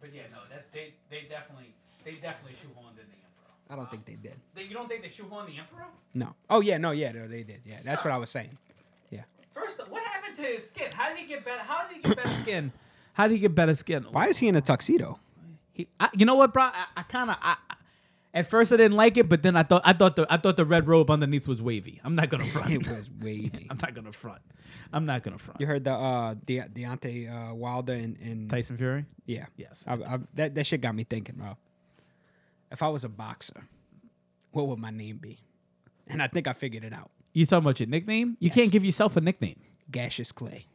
But yeah, no, that they they definitely they definitely shoehorned in the emperor. I don't think they did. They, you don't think they shoehorned the emperor? No. Oh yeah, no, yeah, no, they did. Yeah, that's what I was saying. First, what happened to his skin? How did he get better? How did he get better skin? How did he get better skin? Why is he in a tuxedo? He, I, you know what, bro? I, I kind of, I, I- at first I didn't like it, but then I thought, I thought the, I thought the red robe underneath was wavy. I'm not gonna front. It was wavy. I'm not gonna front. I'm not gonna front. You heard the uh De- Deontay uh, Wilder and, and Tyson Fury. yeah, Yes. I, I, that that shit got me thinking, bro. If I was a boxer, what would my name be? And I think I figured it out. You talking about your nickname? You can't give yourself a nickname. Gaseous Clay.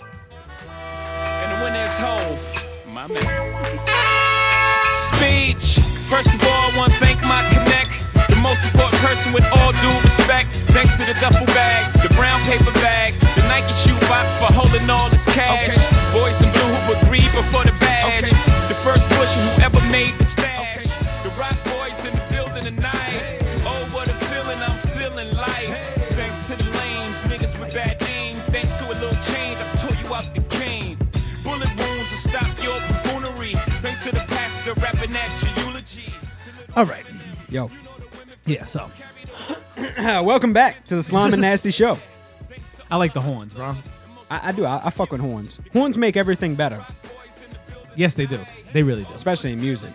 And the winner's hove. My man. Speech. First of all, I want to thank my connect. The most important person with all due respect. Thanks to the duffel bag, the brown paper bag, the Nike shoe box for holding all this cash. Boys in blue who agreed before the badge. The first pusher who ever made the stash. The rock boys in the building tonight. Oh, what a feeling I'm feeling like. Thanks to the lanes, niggas with bad aim. Thanks to a little change, I tore you out the game. Bullet wounds to stop your buffoonery. Thanks to the pastor rapping at your eulogy. All right. Yo, Yeah. So welcome back to the Slime and Nasty Show. I like the horns, bro. I, I do. I, I fuck with horns. Horns make everything better, Yes, they do. They really do. especially in music.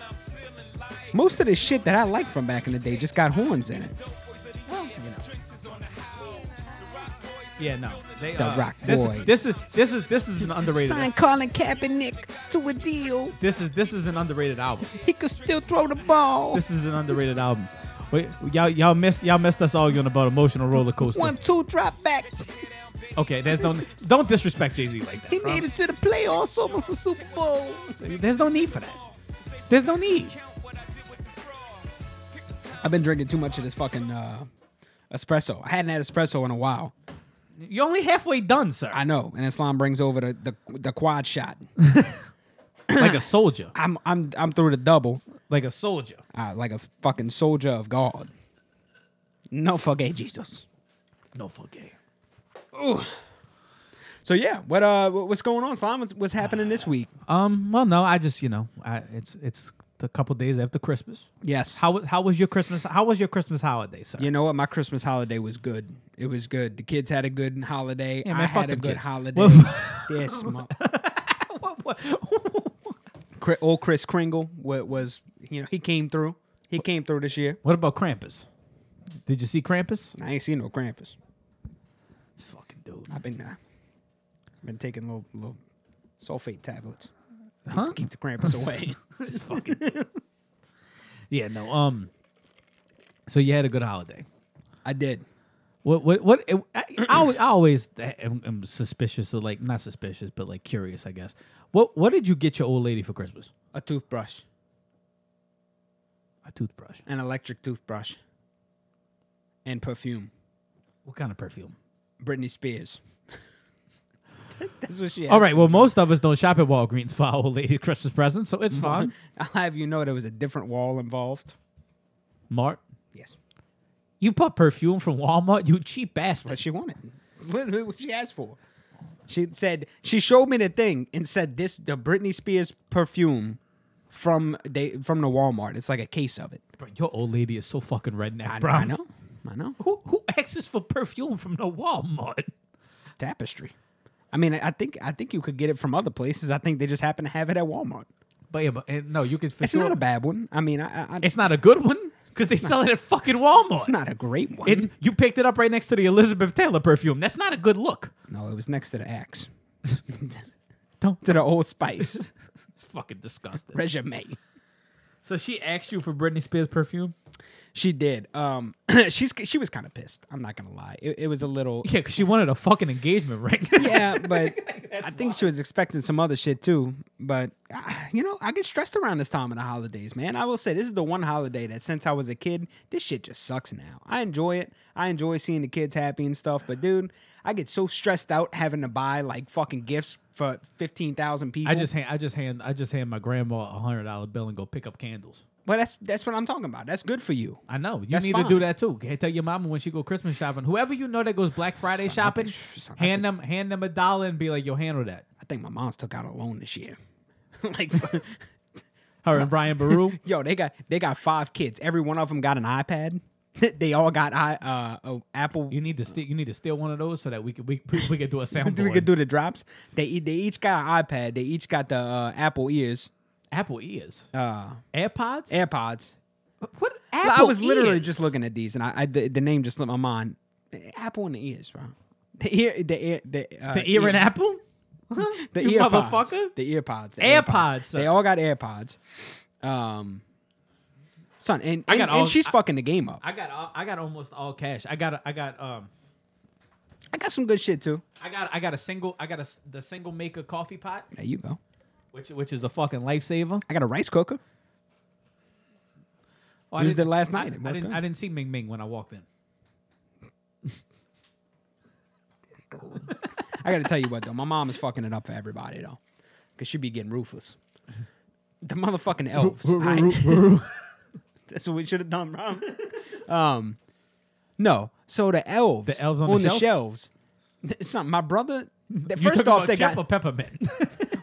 Most of the shit that I like from back in the day just got horns in it. Yeah, no. They, The uh, Rock this Boys. Is, this is this is this is an underrated. Colin Kaepernick to a deal. This is this is an underrated album. He could still throw the ball. This is an underrated album. Wait, y'all y'all missed y'all missed us arguing about emotional roller coaster. two drop back. Okay, there's no don't disrespect Jay Z like that. bro. to the playoffs, almost a Super Bowl. There's no need for that. There's no need. I've been drinking too much of this fucking uh, espresso. I hadn't had espresso in a while. You're only halfway done, sir. I know. And Islam brings over the the, the quad shot. like a soldier. I'm I'm I'm through the double, Like a soldier. uh, like a fucking soldier of God. No forget Jesus. No forget. So yeah, what uh, wh- what's going on, Slime? What's, what's happening this week? Um. Well, no. I just you know, I, it's it's a couple days after Christmas. Yes. How was how was your Christmas? How was your Christmas holiday, sir? You know what? My Christmas holiday was good. It was good. The kids had a good holiday. Yeah, man, I fuck had a them good kids. holiday. Well- yes, my, What- what- Cri- old Chris Kringle was, was you know he came through. He came through this year. What about Krampus? Did you see Krampus? I ain't seen no Krampus. This fucking dude. I've been uh, been taking little little sulfate tablets. Huh? to Keep the Krampus away. This fucking. dude. yeah. No. Um. So you had a good holiday. I did. What? What? What? I, I always, I always am, am suspicious of like not suspicious, but like curious, I guess. What? What did you get your old lady for Christmas? A toothbrush, A toothbrush. an electric toothbrush, and perfume. What kind of perfume? Britney Spears. That's what she. All asked right. Well, most of us don't shop at Walgreens for our old lady's Christmas present, so it's for. fine. I'll have you know there was a different wall involved. Mart, Yes. you bought perfume from Walmart. You cheap bastard. what she wanted. It's literally what she asked for. She said she showed me the thing and said this the Britney Spears perfume from they from the Walmart. It's like a case of it. Bro, your old lady is so fucking redneck, I, bro. I know. I know. Who who asks for perfume from the Walmart? Tapestry. I mean, I I think I think you could get it from other places. I think they just happen to have it at Walmart. But yeah, but and no, you can. For It's sure, not a bad one. I mean, I, I, I- it's, It's not a good one because they sell it at fucking Walmart. not a great one. It's- you picked it up right next to the Elizabeth Taylor perfume. That's not a good look. no, it was next to the axe. Don't- to the Old Spice It's fucking disgusting. resume. So she asked you for Britney Spears perfume. She did. Um, she's she was kind of pissed. I'm not gonna lie. It, it was a little. Yeah, because she wanted a fucking engagement ring. yeah, but I think she was expecting some other shit too. But uh, you know, I get stressed around this time of the holidays, man. I will say this is the one holiday that since I was a kid, this shit just sucks now. I enjoy it. I enjoy seeing the kids happy and stuff, but dude, I get so stressed out having to buy like fucking gifts for 15,000 people. I just hand, I just hand, I just hand my grandma a hundred dollar bill and go pick up candles. Well, that's that's what I'm talking about. That's good for you. I know you That's need fine. to do that too. Hey, tell your mama when she go Christmas shopping, whoever you know that goes Black Friday Son, I shopping, think- son, I hand them, hand them a dollar and be like, "Yo, handle that." I think my mom's took out a loan this year. like, Her and Brian Baru. yo, they got they got five kids. Every one of them got an iPad. they all got i uh a Apple. You need to steal. You need to steal one of those so that we could we we, we could do a soundboard. we could do the drops. They e- they each got an iPad. They each got the uh, Apple ears, Apple ears, uh, AirPods. AirPods. what Well, Apple? I was literally ears? just looking at these, and I, I the, the name just slipped my mind. Apple in the ears, bro. The ear, the ear, the, uh, the ear and Apple. the you earpods, motherfucker. the earpods, the AirPods, They son. all got AirPods. Um, son, and and, got and all- she's I- fucking the game up. I I, got all, I got almost all cash. I got a- I got um got some good shit too. I got I got a single I got a s- the single maker coffee pot There you go. which which is a fucking lifesaver. I got a rice cooker. Oh, I Used didn't- it last night. It I worked didn't good. I didn't see Ming Ming when I walked in. I gotta tell you what though, my mom is fucking it up for everybody though, cause she be getting ruthless. The motherfucking elves. I- That's what we should have done, bro. Um, no. So the elves, The elves on the shelf? shelves. It's not my brother. th- You First talking off, about they chip or got. peppermint.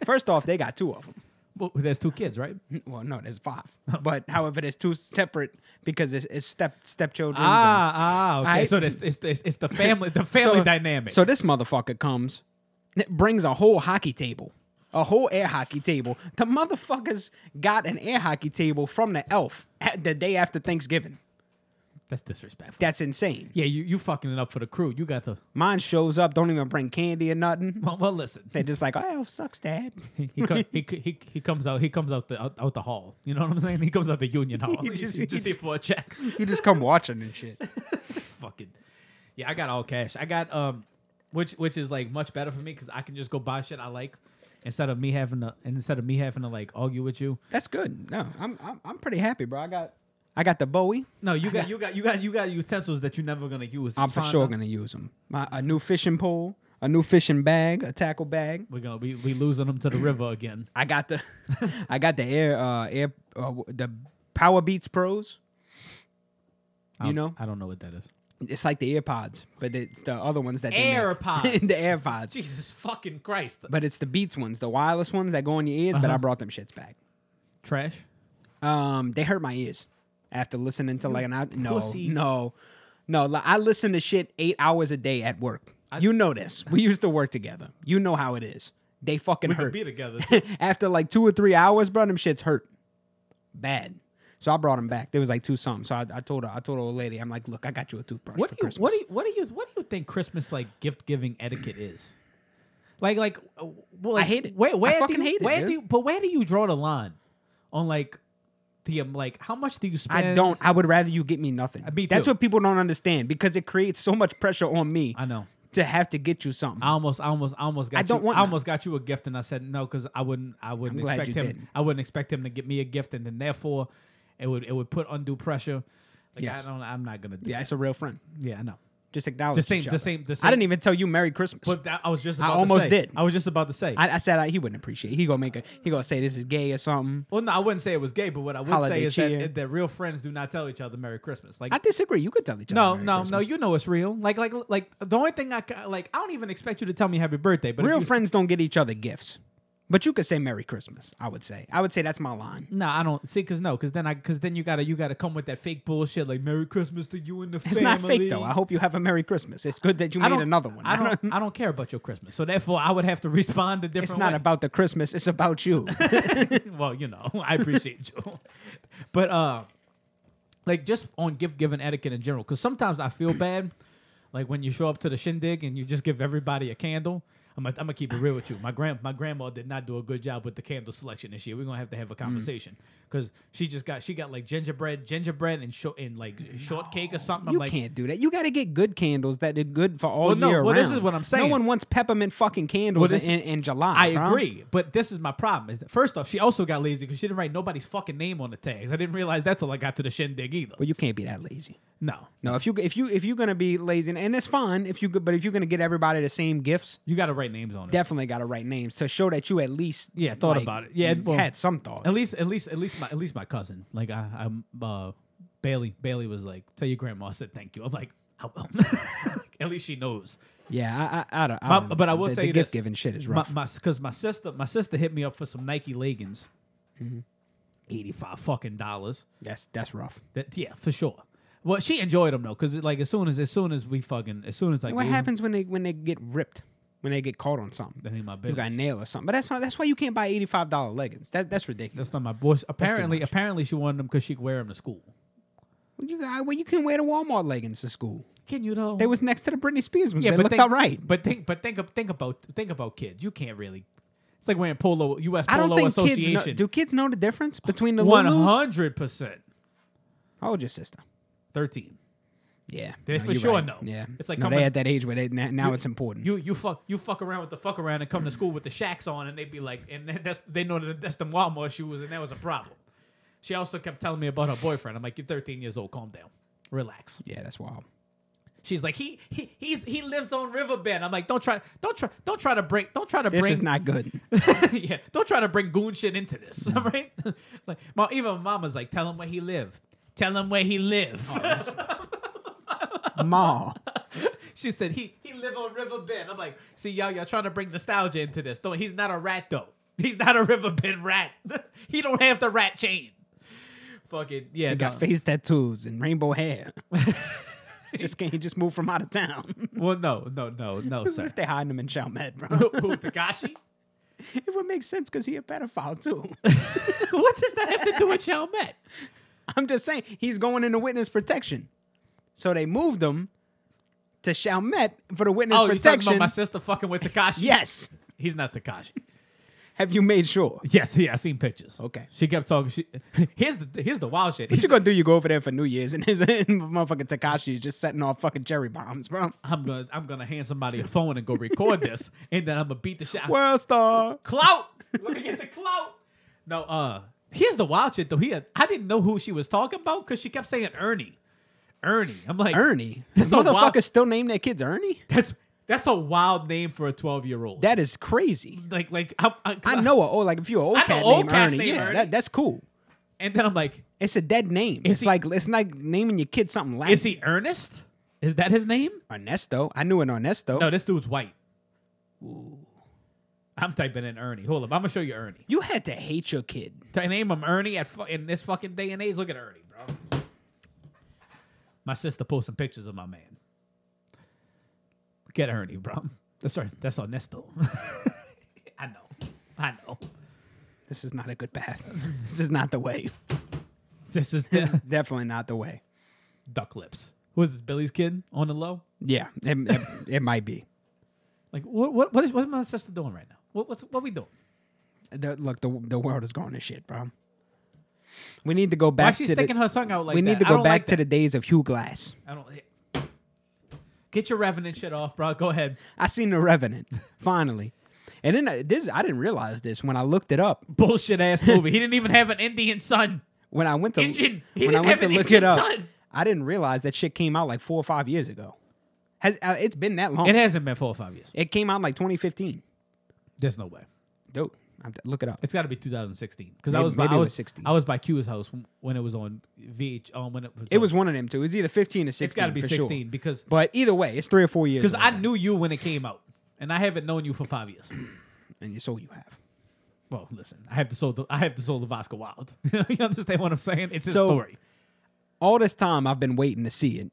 First off, they got two of them. well, there's two kids, right? Well, no, there's five. Oh. But however, there's two separate because it's, it's step stepchildren. Ah, ah, okay. I- so it's, it's it's it's the family the family dynamic. So this motherfucker comes, it brings a whole hockey table, a whole air hockey table. The motherfuckers got an air hockey table from the elf at the day after Thanksgiving. that's disrespectful. That's insane. yeah, you you fucking it up for the crew. You got the Mine shows up, don't even bring candy or nothing. well. well listen, They're just like, oh, elf sucks, dad. he he, co- he co- he he comes out he comes out the out, out the hall. You know what I'm saying? He comes out the union hall. He He's just- just, he here just- for a check. You just come watching and shit. fucking yeah i got all cash i got um which which is like much better for me because i can just go buy shit i like instead of me having to and instead of me having to like argue with you That's good. No, I'm, I'm I'm pretty happy, bro. I got I got the Bowie. no you got you got you got you got utensils that you're never gonna use It's I'm for fine. sure gonna use them. My a new fishing pole, a new fishing bag, a tackle bag. we're gonna be we losing them to the river again I got the I got the air uh air uh, w- the Power Beats Pros. I You don't- know? i don't know what that is It's like the AirPods, but it's the other ones that they make. AirPods. the AirPods. jesus fucking christ But it's the Beats ones, the wireless ones that go in your ears, but Uh-huh. I brought them shits back. trash Um they hurt my ears after listening to like an hour. No, pussy. no. No, li- I listen to shit 8 hours a day at work. you know this. We used to work together. You know how it is. They fucking we hurt. could be together after like two or three hours, bro, them shits hurt bad. So I brought them back. There was like two something. So I, I told her, I told her old lady, I'm like, look, I got you a toothbrush what for do you Christmas. what do you what do you what do you think christmas like gift giving etiquette is like like uh, well like, hate it. I where, where do fucking you- hate it, where dude. do you, but where do you draw the line on like the um, like how much do you spend I don't. I would rather you get me nothing. me That's too. what people don't understand because it creates so much pressure on me i know to have to get you something. i almost I almost I almost got I don't you, want I none. almost got you a gift and i said no because i wouldn't i wouldn't I'm glad expect you him didn't. i wouldn't expect him to get me a gift and then therefore it would it would put undue pressure like Yes. i don't i'm not gonna do yeah, it's a real friend. yeah i know Just acknowledge. The same- each the other. same- the I same- didn't even tell you Merry Christmas. but that, i was just I about to almost say- did. i was just about to say I, I said I, he wouldn't appreciate. it. He gonna make a. He gonna say this is gay or something. Well, no, I wouldn't say it was gay, but what I would Holiday say is cheer. that, it- that real friends do not tell each other Merry Christmas. Like, I disagree. You could tell each other. no, Merry no, no, Christmas. you know it's real. Like, like, like the only thing I ca- like, I don't even expect you to tell me Happy Birthday, but if Real you s- friends don't get each other gifts, but you could say Merry Christmas. I would say. I would say that's my line. No, I don't see because no, because then I because then you gotta you gotta come with that fake bullshit like Merry Christmas to you and the It's family. not fake though. I hope you have a Merry Christmas. It's good that you I made don't another one. I don't. I don't care about your Christmas, so therefore I would have to respond a different. It's not way. about the Christmas. It's about you. well, you know, I appreciate you. But uh like just on gift giving etiquette in general cuz sometimes I feel bad like when you show up to the shindig and you just give everybody a candle. I'm gonna, I'm gonna keep it real with you. My grand my grandma did not do a good job with the candle selection this year. We're gonna have to have a Mm. conversation because she just got she got like gingerbread gingerbread and short and like shortcake or something. you I'm like can't do that. You got to get good candles that are good for all Well, no, year well, this round. is what I'm saying. No one wants peppermint fucking candles this- in, in July. I bro. agree, but this is my problem. Is that first off, she also got lazy because she didn't write nobody's fucking name on the tags. I didn't realize that's all I got to the shindig either. Well, you can't be that lazy. No, No, if you if you if you're gonna be lazy, and it's fine if you could, but if you're gonna get everybody the same gifts, you got to write names on it. definitely got to write names to show that you at least Yeah, thought like, about it. Yeah, well, had some thought. At least, at least, at least my at least my cousin. Like I, I'm uh, Bailey. Bailey was like, "Tell your grandma I said thank you." I'm like, "I will." "Oh, at least she knows. Yeah, I, I, I don't. I My- don't know. but I will the, tell the you gift this. giving shit is my rough. my because my sister my sister hit me up for some Nike leggings, Mm-hmm. five fucking dollars. that's that's rough. That yeah for sure. Well, she enjoyed them though, because like as soon as as soon as we fucking as soon as like What we- happens when they when they get ripped? When they get caught on something? That ain't my You got a business. nail or something. But that's not. That's why you can't buy eighty five dollar leggings. That that's ridiculous. That's not my boy. Apparently, much. apparently she wanted them because she could wear them to school. Well, you got, well, you can wear the Walmart leggings to school. Can you though? They was next to the Britney Spears ones. yeah, they but looked think, all right. But think, but think, ab- think about think about kids. You can't really. It's like wearing polo U.S. I Polo don't think kids know, Association. do kids know the difference between the One Lulus? hundred percent. How old your sister? Thirteen. Yeah, They No, for you're sure right. know. Yeah, It's like no, coming- they at that age where they now, now it's important. You you fuck you fuck around with the fuck around and come to school with the shacks on and they be like and then that's they know that that's them Walmart shoes and that was a problem. She also kept telling me about her boyfriend. I'm like, you're 13 years old. Calm down, relax. yeah, that's wild. She's like, he he he's, he lives on Riverbend. I'm like, don't try don't try don't try to break don't try to This bring is not good. yeah, don't try to bring goon shit into this, right? like, my, even my mama's like, tell him where he live. Tell him where he live. Oh, Ma, she said he he live on River Bend. I'm like, see y'all y'all trying to bring nostalgia into this. Don't he's not a rat though. He's not a River Bend rat. he don't have the rat chain. Fucking yeah, got no. face tattoos and rainbow hair. just can't. He just moved from out of town. well, no, no, no, no, what sir. if they hiding him in Chalmette, bro? Who, who, Takashi? it would make sense because he a pedophile too. what does that have to do with Chalmette? I'm just saying he's going into witness protection. So they moved him to Chalmette for the witness Oh, you talking protection. about my sister fucking with Takashi? yes. he's not Takashi. Have you made sure? Yes, yeah, I seen pictures. Okay. She kept talking. She here's the here's the wild shit. What you gonna do? You go over there for New Year's and his and motherfucking Takashi is just setting off fucking cherry bombs, bro. I'm gonna I'm gonna hand somebody a phone and go record this, and then I'm gonna beat the shit. out- World star. Clout. Let me get the clout. No, uh, here's the wild shit though. He had, I didn't know who she was talking about because she kept saying Ernie, Ernie. I'm like Ernie. That's This a wild- motherfucker still name their kids Ernie? That's that's a wild name for a 12 year old. That is crazy. Like like uh, I, I, I know a oh like if you're an old I know cat old named cats Ernie. named yeah, Ernie. That, that's cool. And then I'm like, It's a dead name. it's he- like it's like naming your kid something Latin. is he Ernest? Is that his name? Ernesto? I knew an Ernesto. No, this dude's white. I'm typing in Ernie. Hold up, I'm gonna show you Ernie. You had to hate your kid. To name him Ernie at fu- in this fucking day and age. Look at Ernie, bro. My sister posting pictures of my man. Get Ernie, bro. That's our that's our Nesto. I know, I know. This is not a good path. this is not the way. This is This this is definitely not the way. duck lips. Who is this? Billy's kid on the low. Yeah, it, it, it might be. Like what what what is what's my sister doing right now? What what's what we doing? The, look, the the world is going to shit, bro. We need to go Why back she's to the, sticking her tongue out like we that? need to I go don't back like to that. the days of Hugh Glass. I don't. Get your revenant shit off, bro. Go ahead. I seen the Revenant finally, and then uh, this I didn't realize this when I looked it up. Bullshit ass movie. He didn't even have an Indian son. When I went to Indian. He when I didn't went have an to look Indian it up, son. I didn't realize that shit came out like four or five years ago. Has uh, it's been that long? It hasn't been four or five years. It came out in like 2015. There's no way. Dude, I'm t- look it up. It's got to be 2016 because I Maybe- was by, maybe I it was, was 16. I was by Q's house when- when it was on VH. Um, when it was It on- was one of them two. It was either 15 or 16. it's got to be for 16 Sure. because But either way, it's three or four years. because old I now, knew you when it came out, and I haven't known you for five years. and you- so you have. well, listen, I have the soul. I have the soul of Oscar Wilde. you understand what I'm saying? It's his So- story. All this time, I've been waiting to see it.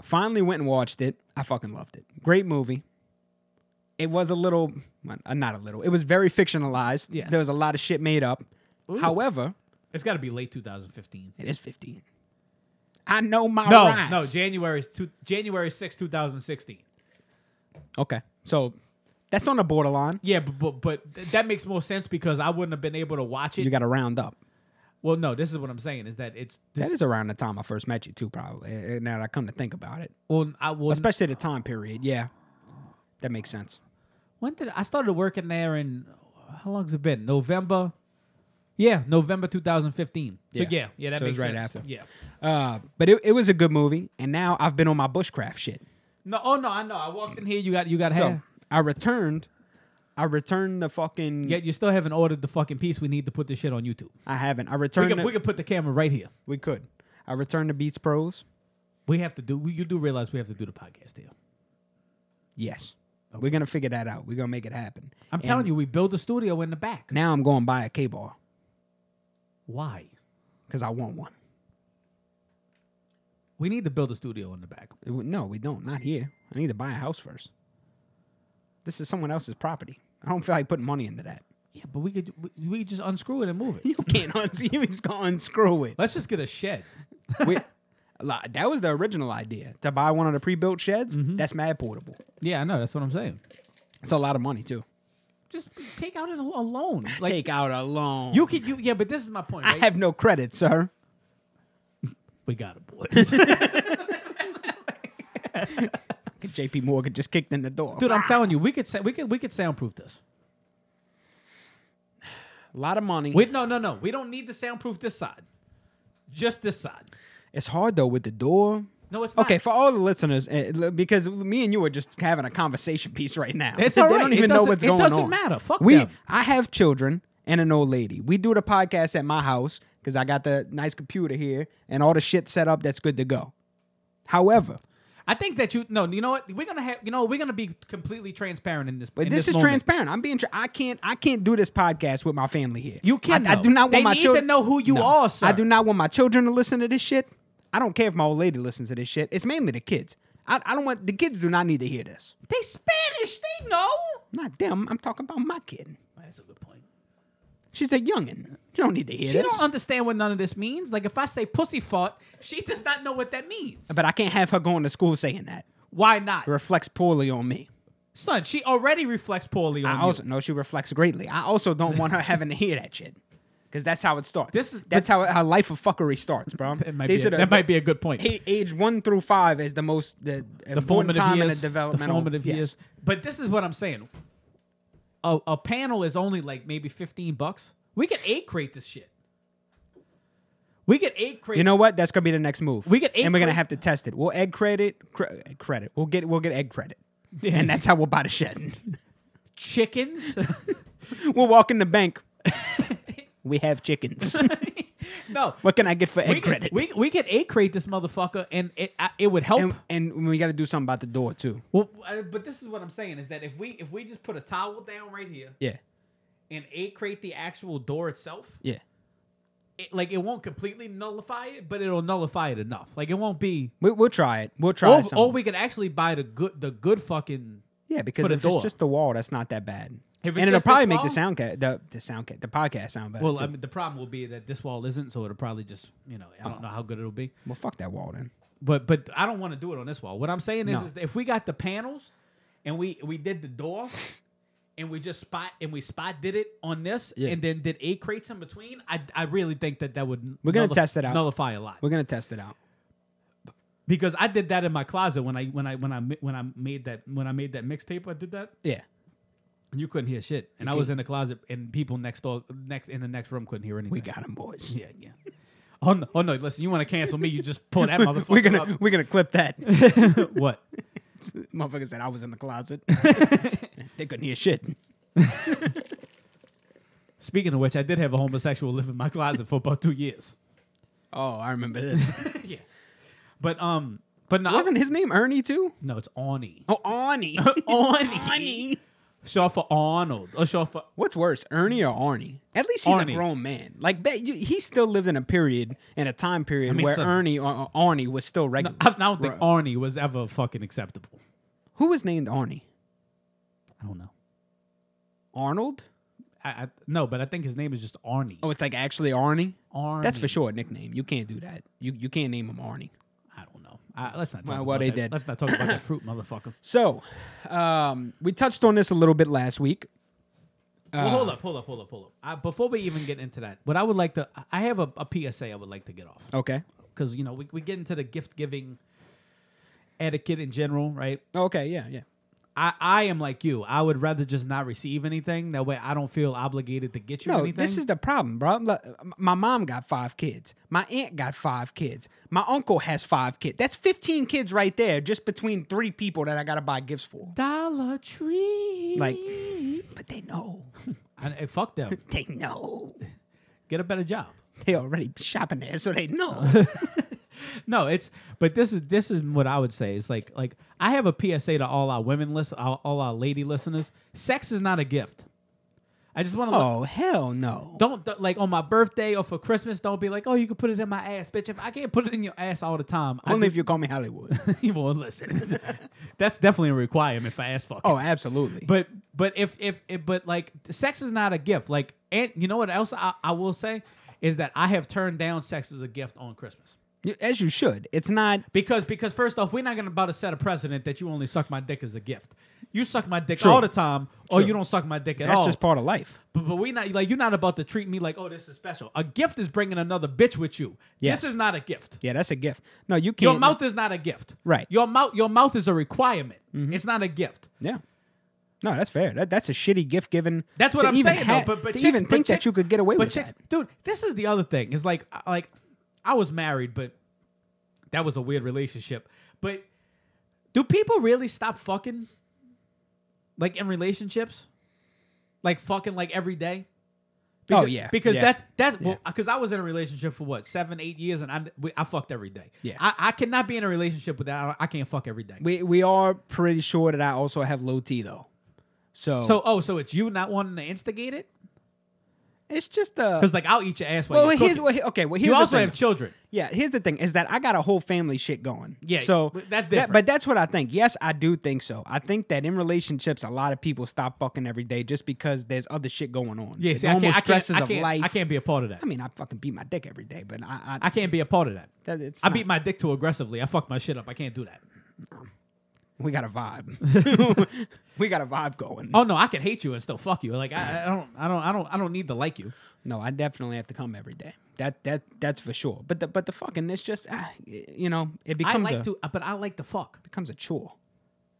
Finally, went and watched it. I fucking loved it. Great movie. It was a little, well, not a little. It was very fictionalized. Yes. There was a lot of shit made up. However, It's got to be late 2015. it is 15. I know my No, rights. no, January is two, January 6, 2016. okay, so that's on the borderline. Yeah, but, but but th- that makes more sense because I wouldn't have been able to watch it. You got to round up. well, no, this is what I'm saying is that it's this. That is around the time I first met you, too, probably. eh, Now that I come to think about it, well, I was especially the time period. Yeah, that makes sense. when did I started working there in how long's it been? November. Yeah, November 2015. So Yeah. yeah, yeah, that So it makes was right sense. after. Yeah. Uh, but it, it was a good movie, and now I've been on my bushcraft shit. No, oh no, I know. I walked in here. You got you got So hair. I returned. I returned the fucking. Yet you still haven't ordered the fucking piece. We need to put this shit on YouTube. I haven't. I We returned. can, the- we can put the camera right here. we could. I returned the Beats Pros. We have to do. We, you do realize we have to do the podcast here. Yes. We're gonna figure that out. We're gonna make it happen. I'm telling you, we build a studio in the back. Now I'm going to buy a K bar Why? because I want one. We need to build a studio in the back. It would- No, we don't. Not here. I need to buy a house first. This is someone else's property. I don't feel like putting money into that. Yeah, but we could we, we could just unscrew it and move it. You can't unsee. You just gonna unscrew it. Let's just get a shed. We- Li- that was the original idea to buy one of the pre-built sheds. Mm-hmm. That's mad portable. Yeah, I know. That's what I'm saying. It's a lot of money too. Just take out a, a loan. Like Take out a loan. you could you yeah, but this is my point. I right? have no credit, sir. we got it, boys. J.P. Morgan just kicked in the door. Dude, I'm telling you, we could say we could we could soundproof this. a lot of money. Wait, no, no, no. We don't need to soundproof this side. Just this side. It's hard though with the door. No, it's not. Okay, for all the listeners, eh, l- because me and you are just having a conversation piece right now. It's they all don't right. It even know doesn't- what's it going doesn't on. matter. Fuck we, them. I have children and an old lady. We do the podcast at my house because I got the nice computer here and all the shit set up that's good to go. However, I think that you no, you know what? We're gonna have you know we're gonna be completely transparent in this. but in this, is moment. transparent. I'm being. Tra- I can't. I can't do this podcast with my family here. You can, I, I though. do not want They my need to children know who you are, sir. I do not want my children to listen to this shit. I don't care if my old lady listens to this shit. It's mainly the kids. I, I don't want the kids. Do not need to hear this. They Spanish. They know. Not them. I'm talking about my kid. That's a good point. She's a youngin. You don't need to hear She this. don't understand what none of this means. Like if I say pussy fart, she does not know what that means. but I can't have her going to school saying that. Why not, It reflects poorly on me. son? She already reflects poorly on I you. also know she reflects greatly. I also don't want her having to hear that shit. Because that's how it starts. This is- that's how her life of fuckery starts, bro. That might, be a, that might be a good point. a- age one through five is the most the, the important formative time years, in the developmental the formative yes. years. But this is what I'm saying. A, a panel is only like maybe 15 bucks. We could eight crate this shit. We could eight crate. You know what? That's gonna be the next move. We get egg and we're gonna credit. have to test it. We'll egg credit cre- egg credit. We'll get we'll get egg credit, Yeah. and that's how we'll buy the shed. chickens. we'll walk in the bank. we have chickens. no, what can I get for we egg could, credit? we, we could eight crate this motherfucker, and it I, it would help. and, and we got to do something about the door too. well, I, but this is what I'm saying is that if we if we just put a towel down right here Yeah, and eight crate the actual door itself, yeah. it, like it won't completely nullify it, but it'll nullify it enough. Like it won't be We, we'll try it. We'll try or, something. or we could actually buy the good the good fucking yeah, because for the if door. it's just the wall, that's not that bad. If it's and it'll just probably this make wall? the sound ca- the the sound ca- the podcast sound better. well too. I mean the problem will be that this wall isn't so it'll probably just you know I Uh-uh. don't know how good it'll be well, fuck that wall then. but but I don't want to do it on this wall what I'm saying is, No. is that if we got the panels and we we did the door and we just spot and we spot did it on this Yeah. and then did eight crates in between I I really think that that would We're gonna nullif- test it out. nullify a lot We're gonna test it out. because I did that in my closet when I when I when I mi- when I made that when I made that mixtape I did that Yeah. and you couldn't hear shit and I was in the closet and people next door next in the next room couldn't hear anything We got him, boys. Yeah, yeah. Oh no, oh no! Listen, you want to cancel me? You just pull that motherfucker. We're gonna we're gonna clip that. up. what? Motherfucker said I was in the closet. they couldn't hear shit. Speaking of which, I did have a homosexual live in my closet for about two years. Oh, I remember this. yeah, but um, but no, I- Wasn't his name Ernie too? no, it's Arnie. Oh, Arnie. Arnie. Arnie. Short for Arnold. Or short for What's worse, Ernie or Arnie? At least he's Arnie. a grown man. Like bet you, he still lived in a period in a time period mean, where so- Ernie or, or Arnie was still regular. I don't think Right. Arnie was ever fucking acceptable. Who was named Arnie? I don't know. Arnold? I, I no, but I think his name is just Arnie. Oh, it's like actually Arnie. Arnie. That's for sure a nickname. You can't do that. You you can't name him Arnie. I don't know. I, let's not talk Well, about what they that. did. Let's not talk about that fruit, motherfucker. So, um, we touched on this a little bit last week. Well, hold up, hold up, hold up, hold up. I, before we even get into that, what I would like to, I have a, a PSA I would like to get off Okay. because you know we, we get into the gift giving etiquette in general, right? Okay. Yeah. Yeah. I I am like you. I would rather just not receive anything. That way, I don't feel obligated to get you No, anything. this is the problem, bro. Look, m- my mom got five kids. My aunt got five kids. My uncle has five kids. That's 15 kids right there just between three people that I got to buy gifts for. Dollar Tree. Like, but they know. I, I- fuck them. They know. Get a better job. They already shopping there, so they know. no, it's but this is this is what I would say. It's like like I have a PSA to all our women list, all, all our lady listeners. Sex is not a gift. I just want to Oh hell no! don't th- like on my birthday or for Christmas. Don't be like, oh, you can put it in my ass, bitch. If I can't put it in your ass all the time, I Only do- if you call me Hollywood. well, listen, that's definitely a requirement for ass fucking. oh, absolutely. But but if if, if but like sex is not a gift. Like and you know what else I, I will say is that I have turned down sex as a gift on Christmas. You- as you should. It's not Because because first off, we're not gonna about to set a precedent that you only suck my dick as a gift. You suck my dick True. all the time, or True. you don't suck my dick at That's all. just part of life. but, but we not like you're not about to treat me like oh this is special. A gift is bringing another bitch with you. Yes. This is not a gift. Yeah, that's a gift. No, you can't. Your mouth is not a gift. Right. Mm-hmm. Your mouth your mouth is a requirement. It's not a gift. Yeah. No, that's fair. That, that's a shitty gift given. That's what to I'm even saying. ha- though, but but to chicks- even but think chick- that you could get away but with chicks- that. dude. This is the other thing. Is like I- like I was married, but that was a weird relationship. But do people really stop fucking like in relationships? Like fucking like every day. Oh, Because, yeah. because Yeah. that's that's because I was in a relationship for what seven eight years and I we, I fucked every day. Yeah. I, I cannot be in a relationship with that. I, I can't fuck every day. We we are pretty sure that I also have low T though. So so oh, so it's you not wanting to instigate it? it's just a. Because like I'll eat your ass while well, you're here's cooking. well, he- okay. Well, here's you the also thing. have children. Yeah, here's the thing is that I got a whole family shit going. Yeah, so but that's that- different. but that's what I think. Yes, I do think so. I think that in relationships, a lot of people stop fucking every day just because there's other shit going on. Yeah, the see, I normal can't, I, can't, stresses I, can't, of life. I can't be a part of that. I mean, I fucking beat my dick every day, but I, I, I can't be a part of that. that, it's I not- beat my dick too aggressively. I fuck my shit up. I can't do that. We got a vibe. we got a vibe going. Oh no, I can hate you and still fuck you. Like I, I don't, I don't, I don't, I don't need to like you. No, I definitely have to come every day. That that that's for sure. But the but the fucking it's just ah, y- you know it I becomes like a to, but I like to fuck. becomes a chore.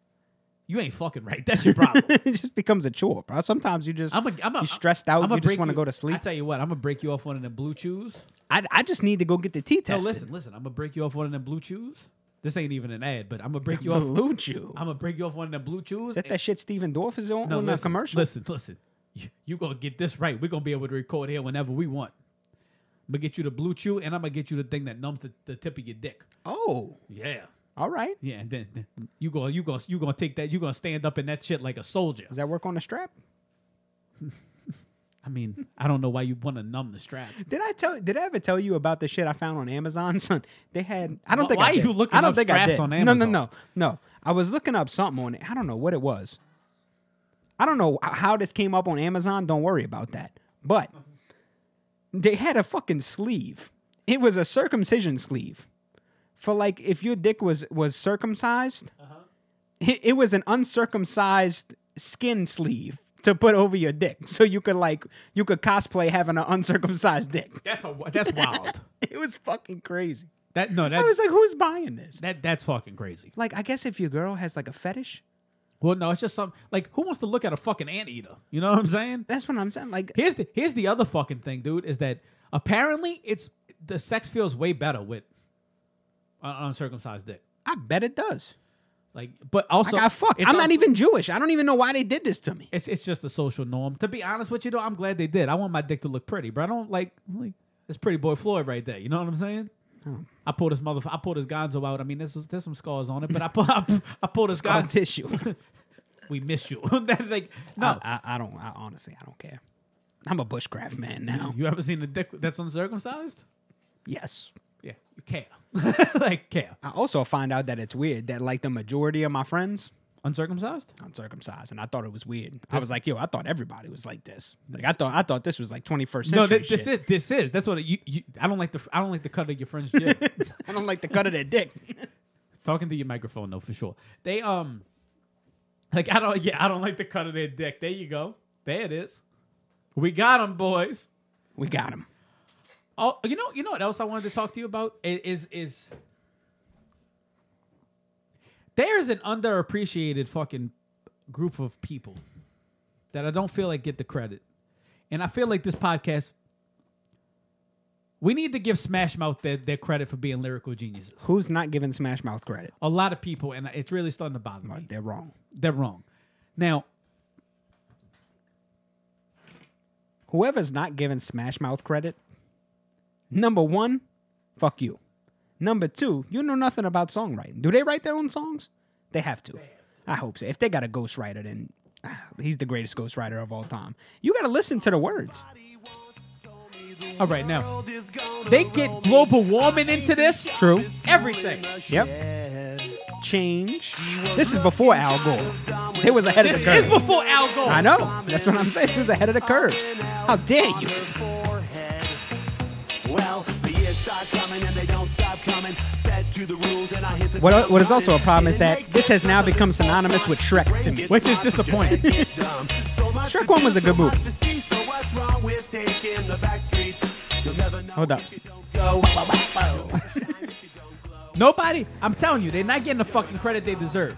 You ain't fucking right. That's your problem. it just becomes a chore, bro. Sometimes you just I'm a, I'm a, you stressed out. I'ma you just break want to you- go to I sleep. tell you what, I'm gonna break you off one of them blue chews. I, I just need to go get the tea No, tested. listen, listen. I'm gonna break you off one of them blue chews. This ain't even an ad, but I'm gonna break you off. Blue Chew. I'm gonna break you off one of them blue chews. Is that that shit Steven Dorff is on, No, on the listen, commercial? Listen, listen. You, you gonna get this right. We're gonna be able to record here whenever we want. I'm gonna get you the blue chew and I'm gonna get you the thing that numbs the, the tip of your dick. Oh, Yeah. all right. Yeah, and then, then you gonna you gonna you gonna take that you gonna stand up in that shit like a soldier. Does that work on the strap? I mean, I don't know why you wanna numb the strap. Did I tell? Did I ever tell you about the shit I found on Amazon? Son, they had. I don't Why- think. why I are did. you looking I don't up think I straps did. on No, Amazon? no, no, no. I was looking up something on it. I don't know what it was. I don't know h- how this came up on Amazon. Don't worry about that. But they had a fucking sleeve. It was a circumcision sleeve for like if your dick was was circumcised. It, it was an uncircumcised skin sleeve. To put over your dick, so you could like you could cosplay having an uncircumcised dick. That's a that's wild. It was fucking crazy. That no I that was like, who's buying this? that that's fucking crazy. Like, I guess if your girl has like a fetish, Well, no, it's just some like who wants to look at a fucking anteater? You know what I'm saying? that's what I'm saying. Like, Here's the here's the other fucking thing, dude, is that apparently it's the sex feels way better with an uncircumcised dick. I bet it does. Like, but also, Like, I fuck. it's I'm not also- even Jewish. I don't even know why they did this to me. It's it's just a social norm. To be honest with you, though, I'm glad they did. I want my dick to look pretty, but I don't like like it's pretty boy Floyd right there. You know what I'm saying? Hmm. I pulled this motherfucker. I pulled this Gonzo out. I mean, there's there's some scars on it, but I pull I, I pulled this Scar Gonzo. tissue. We miss you. That's like no. I, I don't. I honestly, I don't care. I'm a bushcraft man now. you ever seen a dick that's uncircumcised? Yes. Yeah, you care. like care I also find out that it's weird that like the majority of my friends uncircumcised. I'm circumcised, and I thought it was weird. I was like, yo, I thought everybody was like this. Like, I thought I thought this was like 21st century. No, thi- this shit. is this is that's what it, you, you. I don't like the I don't like the cut of your friend's jib. I don't like the cut of their dick. Talking to your microphone though, for sure. They um, like I don't yeah I don't like the cut of their dick. There you go. There it is. We got them, boys. we got him. Oh, you know you know what else I wanted to talk to you about I- is is there's an underappreciated fucking group of people that I don't feel like get the credit, and I feel like this podcast. We need to give Smash Mouth their, their credit for being lyrical geniuses. Who's not giving Smash Mouth credit? a lot of people, and it's really starting to bother me. They're wrong. They're wrong. Now, whoever's not giving Smash Mouth credit, number one, fuck you. Number two, you know nothing about songwriting. Do they write their own songs? They have to. I hope so. If they got a ghostwriter, then ah, he's the greatest ghostwriter of all time. You got to listen to the words. All right, now they get global warming into this. True. Everything. Yep. Change. This is before Al Gore. It was ahead of This the is curve. before Al Gore. I know. That's what I'm saying. It was ahead of the curve. How dare you? Well, the years start coming and they don't stop coming. Fed to the rules and I hit the What, what is also a problem is that this has now become synonymous with Shrek to me. Which is disappointing. Shrek 1 was a good movie. Hold Hold up. Nobody. I'm telling you, they're not getting the fucking credit they deserve.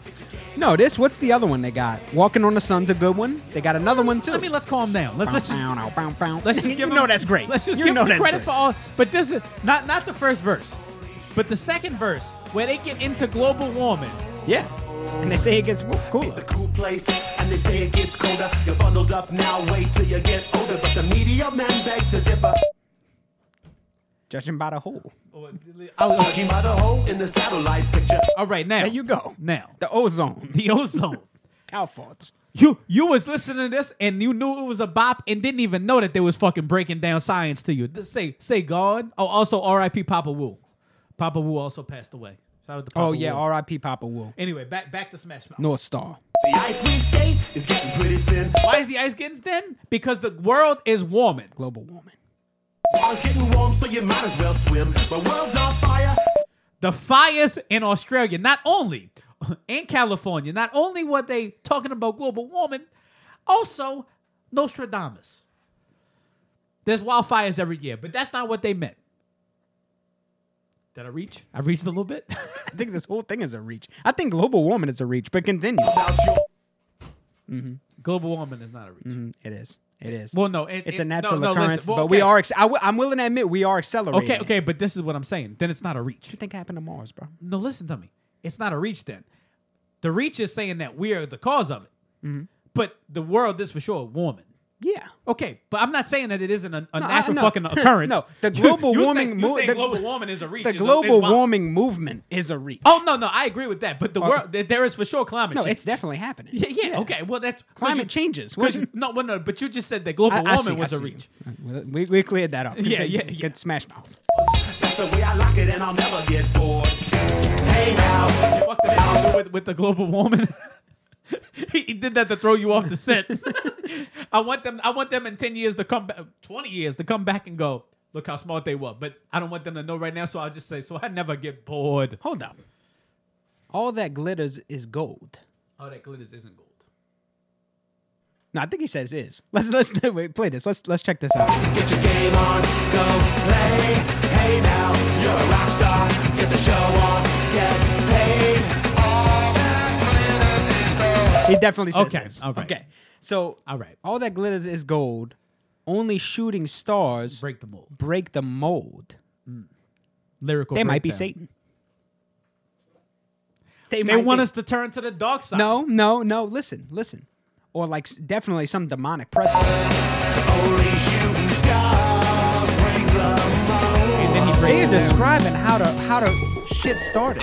No, this, what's the other one they got? Walking on the Sun's a good one. They got another one too. I mean, let's calm down. Let's let's just let's Let's just give you them- know that's great. Let's just you give know them that's credit great. for all. But this is not not the first verse, but the second verse where they get into global warming. Yeah. And they say it gets wo- cooler. It's a cool place, and they say it gets colder. You're bundled up now, wait till you get older. But the media men beg to differ. Judging by the hole. All Judging by the hole in the satellite picture. Oh, right, now There you go. Now The ozone. the ozone. Cow farts. You you was listening to this and you knew it was a bop and didn't even know that they was fucking breaking down science to you. Just Say say God. Oh, also R.I.P. Papa Wu. Papa Wu also passed away. Shout out to Papa Oh, yeah. Wu. R.I.P. Papa Will. Anyway, back back to Smash Mouth. North Star. The ice we skate is getting pretty thin. Why is the ice getting thin? Because the world is warming. Global warming. Water's getting warm, so you might as well swim. My world's on fire. The fires in Australia, not only in California, not only were they talking about global warming, also Nostradamus. There's wildfires every year, but that's not what they meant. Did I reach? I reached a little bit. I think this whole thing is a reach. I think global warming is a reach, but continue. About your global warming is not a reach. It is. It is. Well, no, it- Mm-hmm. it's it- a natural no, no, listen, occurrence, well, but we okay. are. Ex- I w- I'm willing to admit we are accelerating. Okay, it. okay, but this is what I'm saying. Then it's not a reach. What you think happened to Mars, bro? No, listen to me. It's not a reach then. The reach is saying that we are the cause of it. Mm-hmm. But the world is for sure warming. Yeah. Okay, but I'm not saying that it isn't a, a No, I- natural no. fucking occurrence. No, the You- global you warming Saying, mo- you saying the- global warming is a reach. The is a- is global wild. warming movement is a reach. Oh no, no, I agree with that. But the world, there- there is for sure climate no, change. it's definitely happening. yeah, yeah, Okay, well that's 'cause Climate you- changes. 'cause you- no, well, no, but you just said that global warming see, was I a see. reach. We, we cleared that up. Yeah, Continue. yeah, yeah. Good smash mouth. That's the way I like it, and I'll never get bored. Hey now, Fuck the nigga with, with the global warming. he, he did that to throw you off the set. I want them. I want them in ten years to come back, twenty years to come back and go. Look how smart they were, but I don't want them to know right now. So I'll just say, so I never get bored. Hold up. All that glitters is gold. Oh, that glitters isn't gold. No, I think he says is. Let's let's wait, play this. Let's let's check this out. get your game on, go play. Hey now, you're a rock star. Get the show on, get paid. He definitely says Okay, is. all right. Okay. So All right. all that glitters is gold. Only shooting stars break, break the mold. the mold. Lyrical. They might be breakdown. Satan. They, They want us to turn to the dark side. No, no, no. Listen, listen. Or like s- definitely some demonic presence. Only shooting stars break the mold. And then he They breaks are it down. describing how to how to shit started.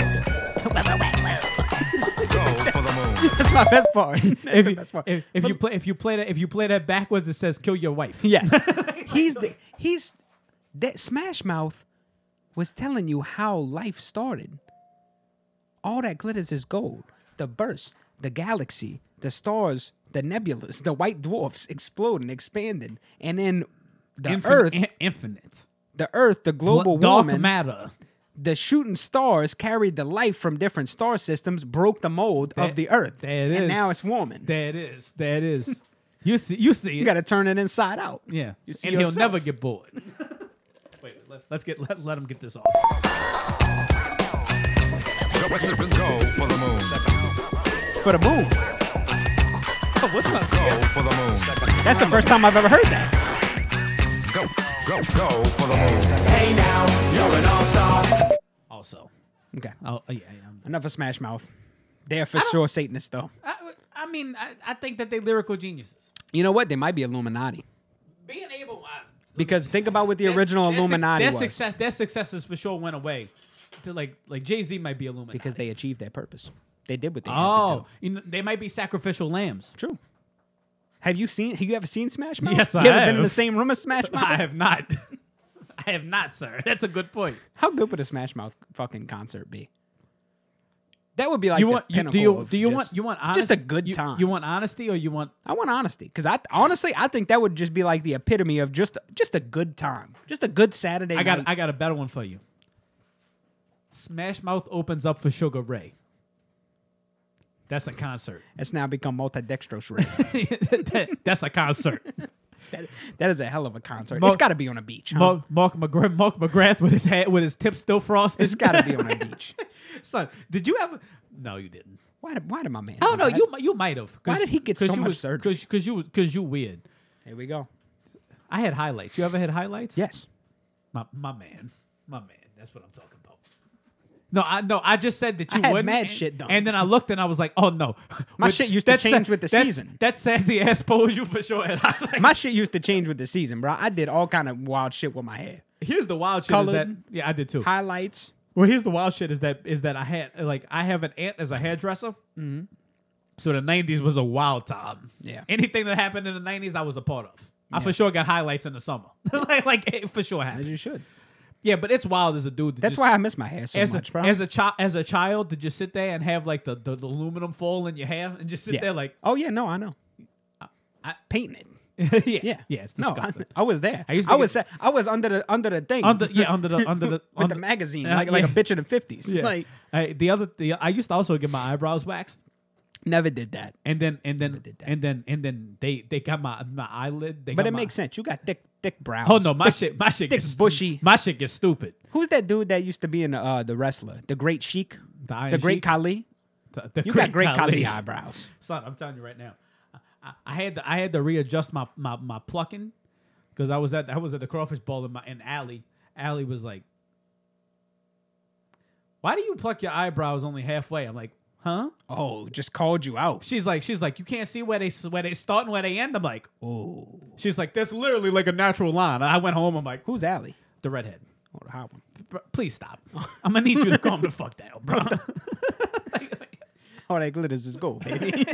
That's my best part. That's If the you, best part. if, if you play, if you play that, if you play that backwards, it says "kill your wife." Yes. he's the he's that Smash Mouth was telling you how life started. All that glitters is gold. The burst, the galaxy, the stars, the nebulas, the white dwarfs exploding, expanding, and then the Infin- earth, in- infinite. the earth, the global dark warming, matter. the shooting stars carried the life from different star systems, broke the mold of the earth, there it and is. now it's warming. There it is. There it is. you see. You see. It. You got to turn it inside out. yeah. you see and he'll yourself. never get bored. Wait. Let, let's get. Let, let him get this off. Go for the moon. for the moon. Oh, what's up? Go for the moon. That's the first time I've ever heard that. Go, go, go for the moon. Hey now, you're an all-star. Also. Okay, Oh yeah. yeah. I'm- enough of Smash Mouth. They're for sure Satanists, though. I, I mean, I, I think that they lyrical geniuses. You know what? They might be Illuminati Being able. uh, I, because think about what the original their, Illuminati their, was. Success, their successes for sure went away. to like like Jay Z might be Illuminati because they achieved their purpose. They did what they had to oh do. you know, they might be sacrificial lambs. True. Have you seen? Have you ever seen Smash Mouth? Yes, you I ever been in have. the same room as Smash Mouth? I have not. I have not, sir. That's a good point. How good would a Smash Mouth fucking concert be? That would be like You the want you, do pinnacle you of do you just- want you want honest, just a good you- time. You want honesty or you want I want honesty because I honestly I think that would just be like the epitome of just just a good time, just a good Saturday. I got night. I got a better one for you. Smash Mouth opens up for Sugar Ray. That's a concert. It's now become multi-dextrose Ray. That- that's a concert. that, that is a hell of a concert. Mo- it's got to be on a beach. Huh? Mark, Mark, McGrath, Mark McGrath with his hat with his tip still frosted. it's got to be on a beach. Son, did you ever? No, you didn't. Why did why did my man? Oh do no, that? you mi- you might have. Why did he get so much surgery? Because you because you weird. Here we go. I had highlights. You ever had highlights? Yes. My my man, my man. That's what I'm talking about. No, I no. I just said that you had wouldn't, mad and- shit done. And then I looked and I was like, oh no, My shit used to that sa- change with the that's- season. That sassy ass pose you for sure had highlights. My shit used to change with the season, bro. I did all kind of wild shit with my hair. Here's the wild shit Colored. is that yeah, I did too. Highlights. Well, here's the wild shit is that is that I had like I have an aunt as a hairdresser. So the '90s was a wild time. Mm-hmm. Yeah. Anything that happened in the '90s, I was a part of. I for sure got highlights in the summer. like, like it for sure As happened. you should. Yeah, but it's wild as a dude. To That's just- why I miss my hair so As much, a, bro. as a child, as a child, to just sit there and have like the, the, the aluminum foil in your hair and just sit Yeah. there like, oh yeah, no, I know. Painting it. yeah, Yeah, yeah, it's disgusting. No, I, I was there. I I, used to was. get- sa- I was under the under the thing. under, yeah, under the under the with under, the magazine, uh, like like a yeah. bitch in the fifties. Yeah. Like I, the other, the, I used to also get my eyebrows waxed. never did that. and then and then did that. and then and then they they got my my eyelid. They But got it my- makes sense. You got thick thick brows. Oh no, my Thick- shit, my shit thick gets bushy. My shit gets stupid. Who's that dude that used to be in the, uh, the wrestler, the Great Sheik, The Iron the Great Sheik? Khali? The- the You got Great Khali Khali. eyebrows. son. I'm telling you right now, I- I, I had to I had to readjust my my, my plucking because I was at I was at the crawfish bowl in my and Allie Allie was like, why do you pluck your eyebrows only halfway? I'm like, huh? Oh, just called you out. She's like, she's like, you can't see where they where they start and where they end. I'm like, oh. She's like, that's literally like a natural line. I went home. I'm like, Who's Allie? the redhead. Oh, the hot one. Bro, please stop. I'm gonna need you to calm the fuck down, bro. All that glitters is gold, baby.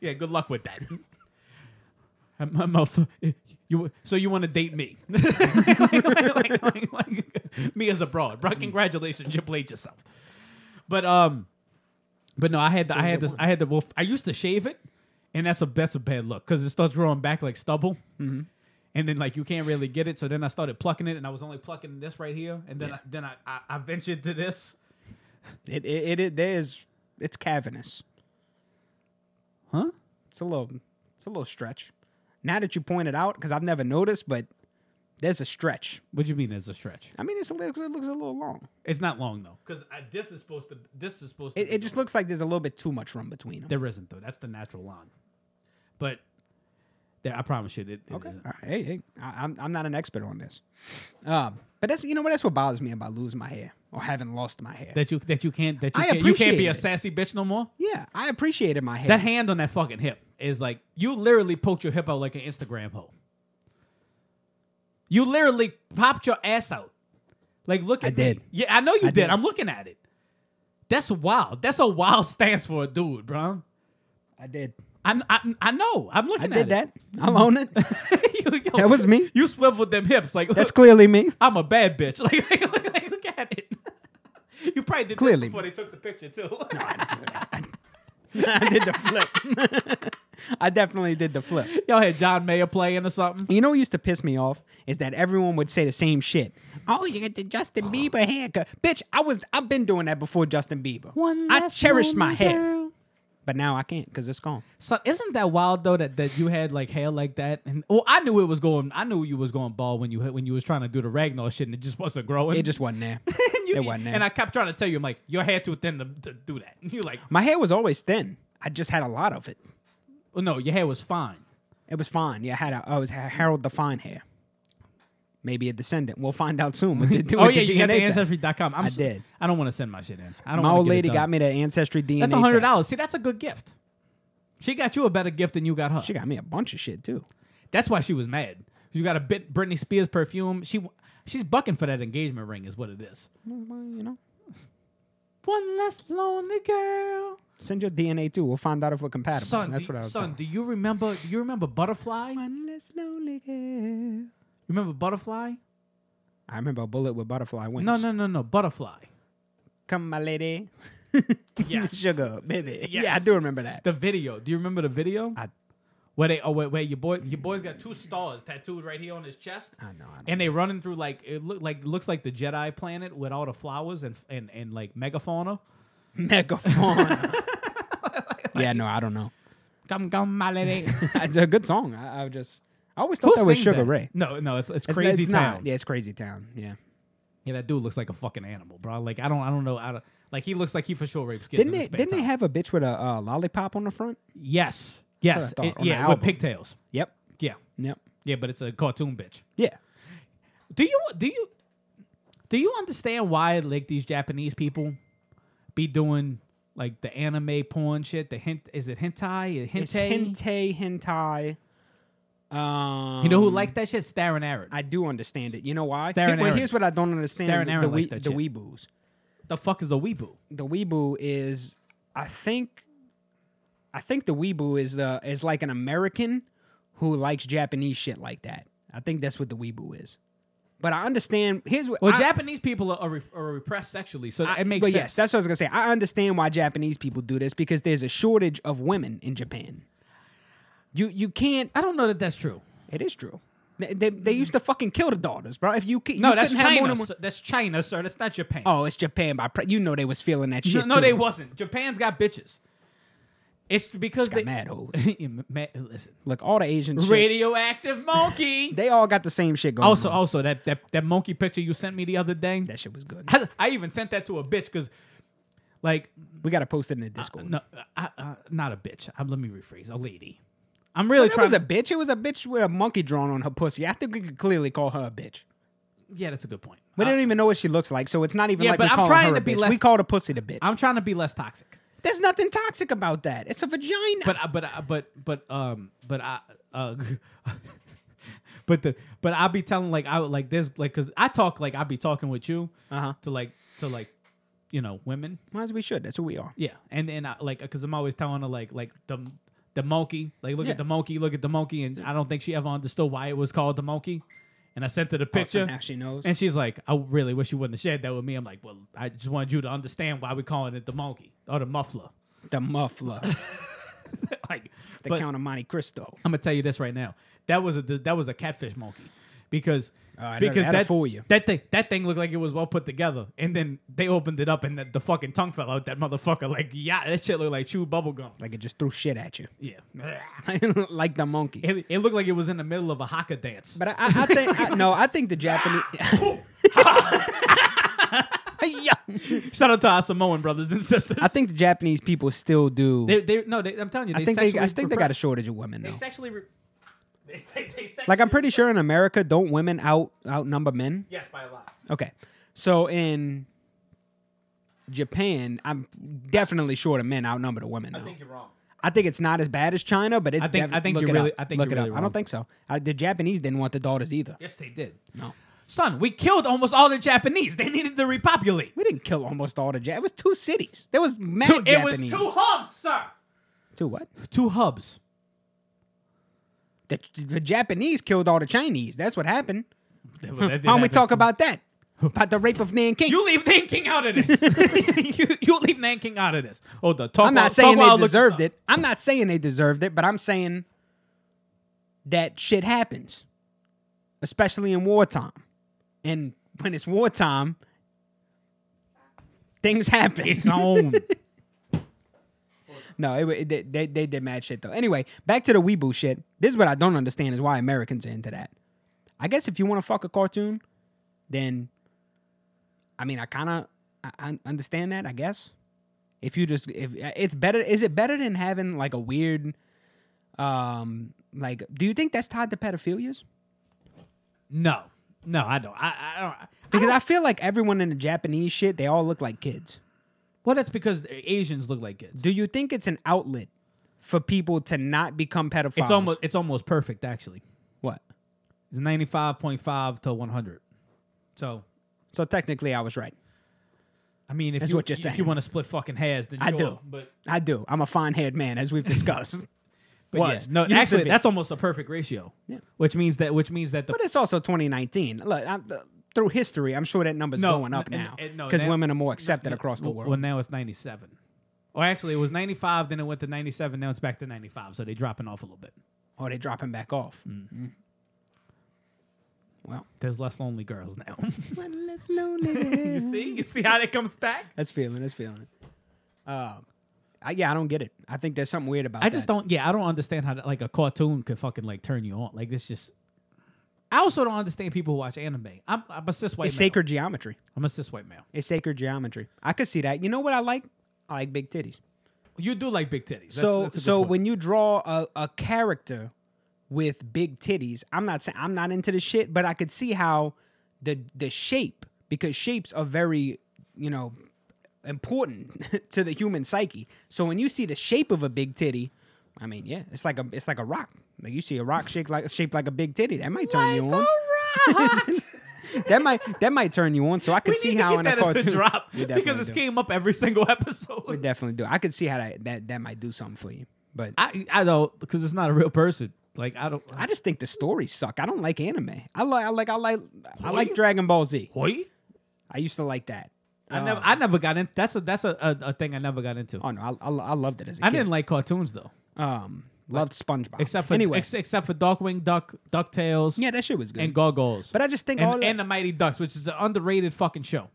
yeah, good luck with that. I'm- I'm a f- you- so you want to date me? Like, like, like, like, me as a broad, bro. Congratulations, you played yourself. But um, but no, I had to, I had this I had to. Well, I used to shave it, and that's a that's a bad look because it starts growing back like stubble. And then like you can't really get it, so then I started plucking it, and I was only plucking this right here, and then I, then I, I I ventured to this, it, it, it, it there is. It's cavernous. huh? It's a little. It's a little stretch. Now that you point it out, because I've never noticed, but there's a stretch. What do you mean as a stretch? I mean, it's a, little- it looks a little long. It's not long though, because this is supposed to. This is supposed to. It, be it just long. looks like there's a little bit too much room between them. there isn't though. That's the natural line. But there, I promise you, it, it Okay. not All right. Hey, hey. I, I'm I'm not an expert on this, um, but that's you know what that's what bothers me about losing my hair or having lost my hair. That you that you can't that you I can't, you can't be appreciate a it. sassy bitch no more. yeah, I appreciated my hair. That hand on that fucking hip is like you literally poked your hip out like an Instagram hoe. You literally popped your ass out. Like look at I did. me. Yeah, I know you I did. did. I'm looking at it. That's wild. That's a wild stance for a dude, bro. I did. I, I, I know. I'm I looking at did it. that. I'll own it. You- yo, That was me. You swiveled them hips like That's look, clearly me. I'm a bad bitch. Like, like, like, like, look at it. You probably did this Clearly. before they took the picture too. I did the flip. I definitely did the flip. Y'all had John Mayer playing or something. You know what used to piss me off is that everyone would say the same shit. Oh, you got the Justin Bieber haircut, bitch. I was I've been doing that before Justin Bieber. I cherished my hair, but now I can't because it's gone. So isn't that wild though that, that you had like hair like that? And well, I knew it was going. I knew you was going bald when you had- when you was trying to do the Ragnar shit and it just wasn't growing. It just wasn't there. and you- it wasn't there. And I kept trying to tell you, I'm like, your hair too thin to, to do that. And you're like, My hair was always thin. I just had a lot of it. well, "Oh, no, your hair was fine. It was fine. Yeah, I had a, I was had Harold the Fine hair. Maybe a descendant. We'll find out soon. With the, Oh with yeah, the you got the DNA test. ancestry.com. I'm I s- did. I don't want to send my shit in. I don't. My wanna old get it lady done. got me the ancestry DNA. That's a hundred test. dollars. See, that's a good gift. She got you a better gift than you got her. She got me a bunch of shit too. that's why she was mad. You got a bit Britney Spears perfume. She, w- She's bucking for that engagement ring, is what it is. Well, you know, One less lonely girl. send your DNA too. We'll find out if we're compatible. Son, That's do, what I was. son, Son, do you remember? Do you remember Butterfly? one less lonely girl. Remember Butterfly? I remember a bullet with butterfly wings. No, no, no, no. Butterfly. Come, my lady. Yes. Sugar, baby. Yeah, I Yes. do remember that. The video. Do you remember the video? I- where they oh wait wait your boy your boy's got two stars tattooed right here on his chest. I know, I know. And they running through like it look like looks like the Jedi planet with all the flowers and and and like megafauna. Megafauna. yeah, no, I don't know. Come come my lady. It's a good song. I, I just, I always thought Who that was sings Sugar Ray. No no it's it's It's- crazy it's town. not. Yeah, it's Crazy Town. Yeah. Yeah, that dude looks like a fucking animal, bro. Like I don't I don't know I don't, like he looks like he for sure rapes kids. Didn't in they? his spare Didn't they time. have a bitch with a uh, lollipop on the front? Yes. what I Yes. thought It- on the yeah, with album. pigtails. Yep. Yeah. Yep. Yeah, but it's a cartoon bitch. Yeah. Do you do you do you understand why like these Japanese people be doing like the anime porn shit? The hint is it hentai? Hentai? It's hentai, hentai. Um, You know who likes that shit? Staring Arab. I do understand it. You know why? Staring well, Aaron. here's what I don't understand: Staring the Aaron likes that the shit. weeboos. the fuck is a weeboo? The weeboo is, I think, I think the weeboo is the is like an American who likes Japanese shit like that. I think that's what the weeboo is. But I understand. Here's what. Well, I, Japanese people are, are, re- are repressed sexually, so I- it makes but sense. yes, that's what I was gonna say. I understand why Japanese people do this because there's a shortage of women in Japan. You you can't. I don't know that that's true. It is true. They, they, they used to fucking kill the daughters, bro. If you ca- No, you that's couldn't have more China. than one- sir. that's China, sir. That's not Japan. Oh, it's Japan. By pre- you know they was feeling that no, shit. no, too. they wasn't. Japan's got bitches. It's because got they mad hoes. Yeah, ma- listen, Look, all the Asian shit. radioactive monkey. They all got the same shit going. Also, on. also that, that that monkey picture you sent me the other day. that shit was good. I, I even sent that to a bitch because, like, We gotta post it in the Discord. Uh, no, I, I, not a bitch. I, let me rephrase. A lady. I'm really It trying. was a bitch. It was a bitch with a monkey drawn on her pussy. I think we could clearly call her a bitch. yeah, that's a good point. We I- don't even know what she looks like, so it's not even Uh, Yeah, like but we're I'm calling trying her to a be bitch. less- We called a pussy the bitch. I'm trying to be less toxic, There's nothing toxic about that. It's a vagina. but I- but I- but but um but I uh. But the but I'll be telling like I would like this like because I talk like I'll be talking with you Uh-huh. to like to like you know women Might as we should. That's who we are. Yeah, and and I, like because I'm always telling her like like the the monkey, like look Yeah. at the monkey, look at the monkey, and I don't think she ever understood why it was called the monkey. And I sent her the Oh, so picture. now she knows. And she's like, I really wish you wouldn't have shared that with me. I'm like, well, I just wanted you to understand why we're calling it the monkey or the muffler. The muffler, like, the but Count of Monte Cristo. I'm gonna tell you this right now. That was a that was a catfish monkey because Oh, I know because that'll that fool you. that thing that thing looked like it was well put together, and then they opened it up, and the, the fucking tongue fell out. That motherfucker, like, yeah, that shit looked like chewed bubble gum. Like it just threw shit at you, Yeah. like the monkey. It, it looked like it was in the middle of a haka dance. But I, I, I think I, no, I think the Japanese. Yeah. Shout out to our Samoan brothers and sisters. I think the Japanese people still do. they, they no, they, I'm telling you, they I think they, I sexually think they got a repress- shortage of women They though. sexually, re- they, they, they sexually Like I'm pretty sure in America, don't women out outnumber men? yes by a lot. Okay, so in Japan, I'm definitely sure the men outnumber the women. Though. I think you're wrong. I think it's not as bad as China, but it's. I think- defi- I think look you're it up. really- I think look you're it up. really I wrong. don't think so. I, the Japanese didn't want the daughters either. Yes, they did. No, Son, we killed almost all the Japanese. They needed to repopulate. we didn't kill almost all the. Ja- it was two cities. There was mad Two, it was Japanese. two hubs, sir. two what? Two hubs. The, the Japanese killed all the Chinese. That's what happened. Why Why don't we talk about that? About the rape of Nanking. You leave Nanking out of this. you, you leave Nanking out of this. Oh, the talk. I'm not saying they deserved it. I'm not saying they deserved it, but I'm saying that shit happens, especially in wartime. And when it's wartime, things happen. It's on. No, it, wa- it, they, they, they did mad shit though. Anyway, back to the weeboo shit. This is what I don't understand is why Americans are into that. I guess if you want to fuck a cartoon, then I mean, I kind of I, I understand that. I guess if you just if it's better, is it better than having like a weird, um, like do you think that's tied to pedophilias? no, no, I don't. I, I don't. Because I feel like everyone in the Japanese shit, they all look like kids. Well, that's because Asians look like kids. Do you think it's an outlet for people to not become pedophiles? It's almost it's almost perfect actually. what. It's ninety five point five to one hundred. So So technically, I was right. I mean, if That's you, what you're if you saying. want to split fucking hairs, then I sure, do. But, I do. I'm a fine haired man, as we've discussed. but Was. yeah, no, Used to actually, be. that's almost a perfect ratio. Yeah. Which means that which means that the but it's also 2019. Look, I'm, th- through history, I'm sure that number's No, going up n- now n- no, because that- women are more accepted across the well, world. well, now it's ninety seven. Or actually, it was 95, then it went to 97, now it's back to 95. So they dropping off a little bit. or they dropping back off. Mm-hmm. Mm. Well, There's less lonely girls now. that's lonely. you see? You see how that comes back? that's feeling. That's feeling. Uh, I, yeah, I don't get it. I think there's something weird about. I just that. don't. Yeah, I don't understand how that, like a cartoon could fucking like turn you on. Like this just. I also don't understand people who watch anime. I'm, I'm a cis white. It's male. sacred geometry. I'm a cis white male. It's sacred geometry. I could see that. You know what I like? I like big titties. You do like big titties. That's- so that's a good so point. when you draw a, a character with big titties, I'm not saying I'm not into the shit, but I could see how the the shape because shapes are very you know important to the human psyche. So when you see the shape of a big titty, I mean yeah, it's like a it's like a rock. Like you see a rock shaped like shaped like a big titty, that might turn you on. that might that might turn you on. So I could we see need how to get that in a cartoon as a drop You because definitely this do. came up every single We episode. definitely do. I could see how that that, that might do something for you, but. I I don't because it's not a real person. Like I don't. I just think the stories suck. I don't like anime. I like I like I like I Really? like Dragon Ball Z. Hoi? I used to like that. I never I never got in. That's a that's a, a, a thing I never got into. Oh no, I, I, I loved it as a I kid. didn't like cartoons though, um loved SpongeBob. except for anyway. ex- except for Darkwing Duck, Ducktales, yeah, that shit was good. and Gargoyles. but I just think all and, that, and uh, the Mighty Ducks, which is an underrated fucking show.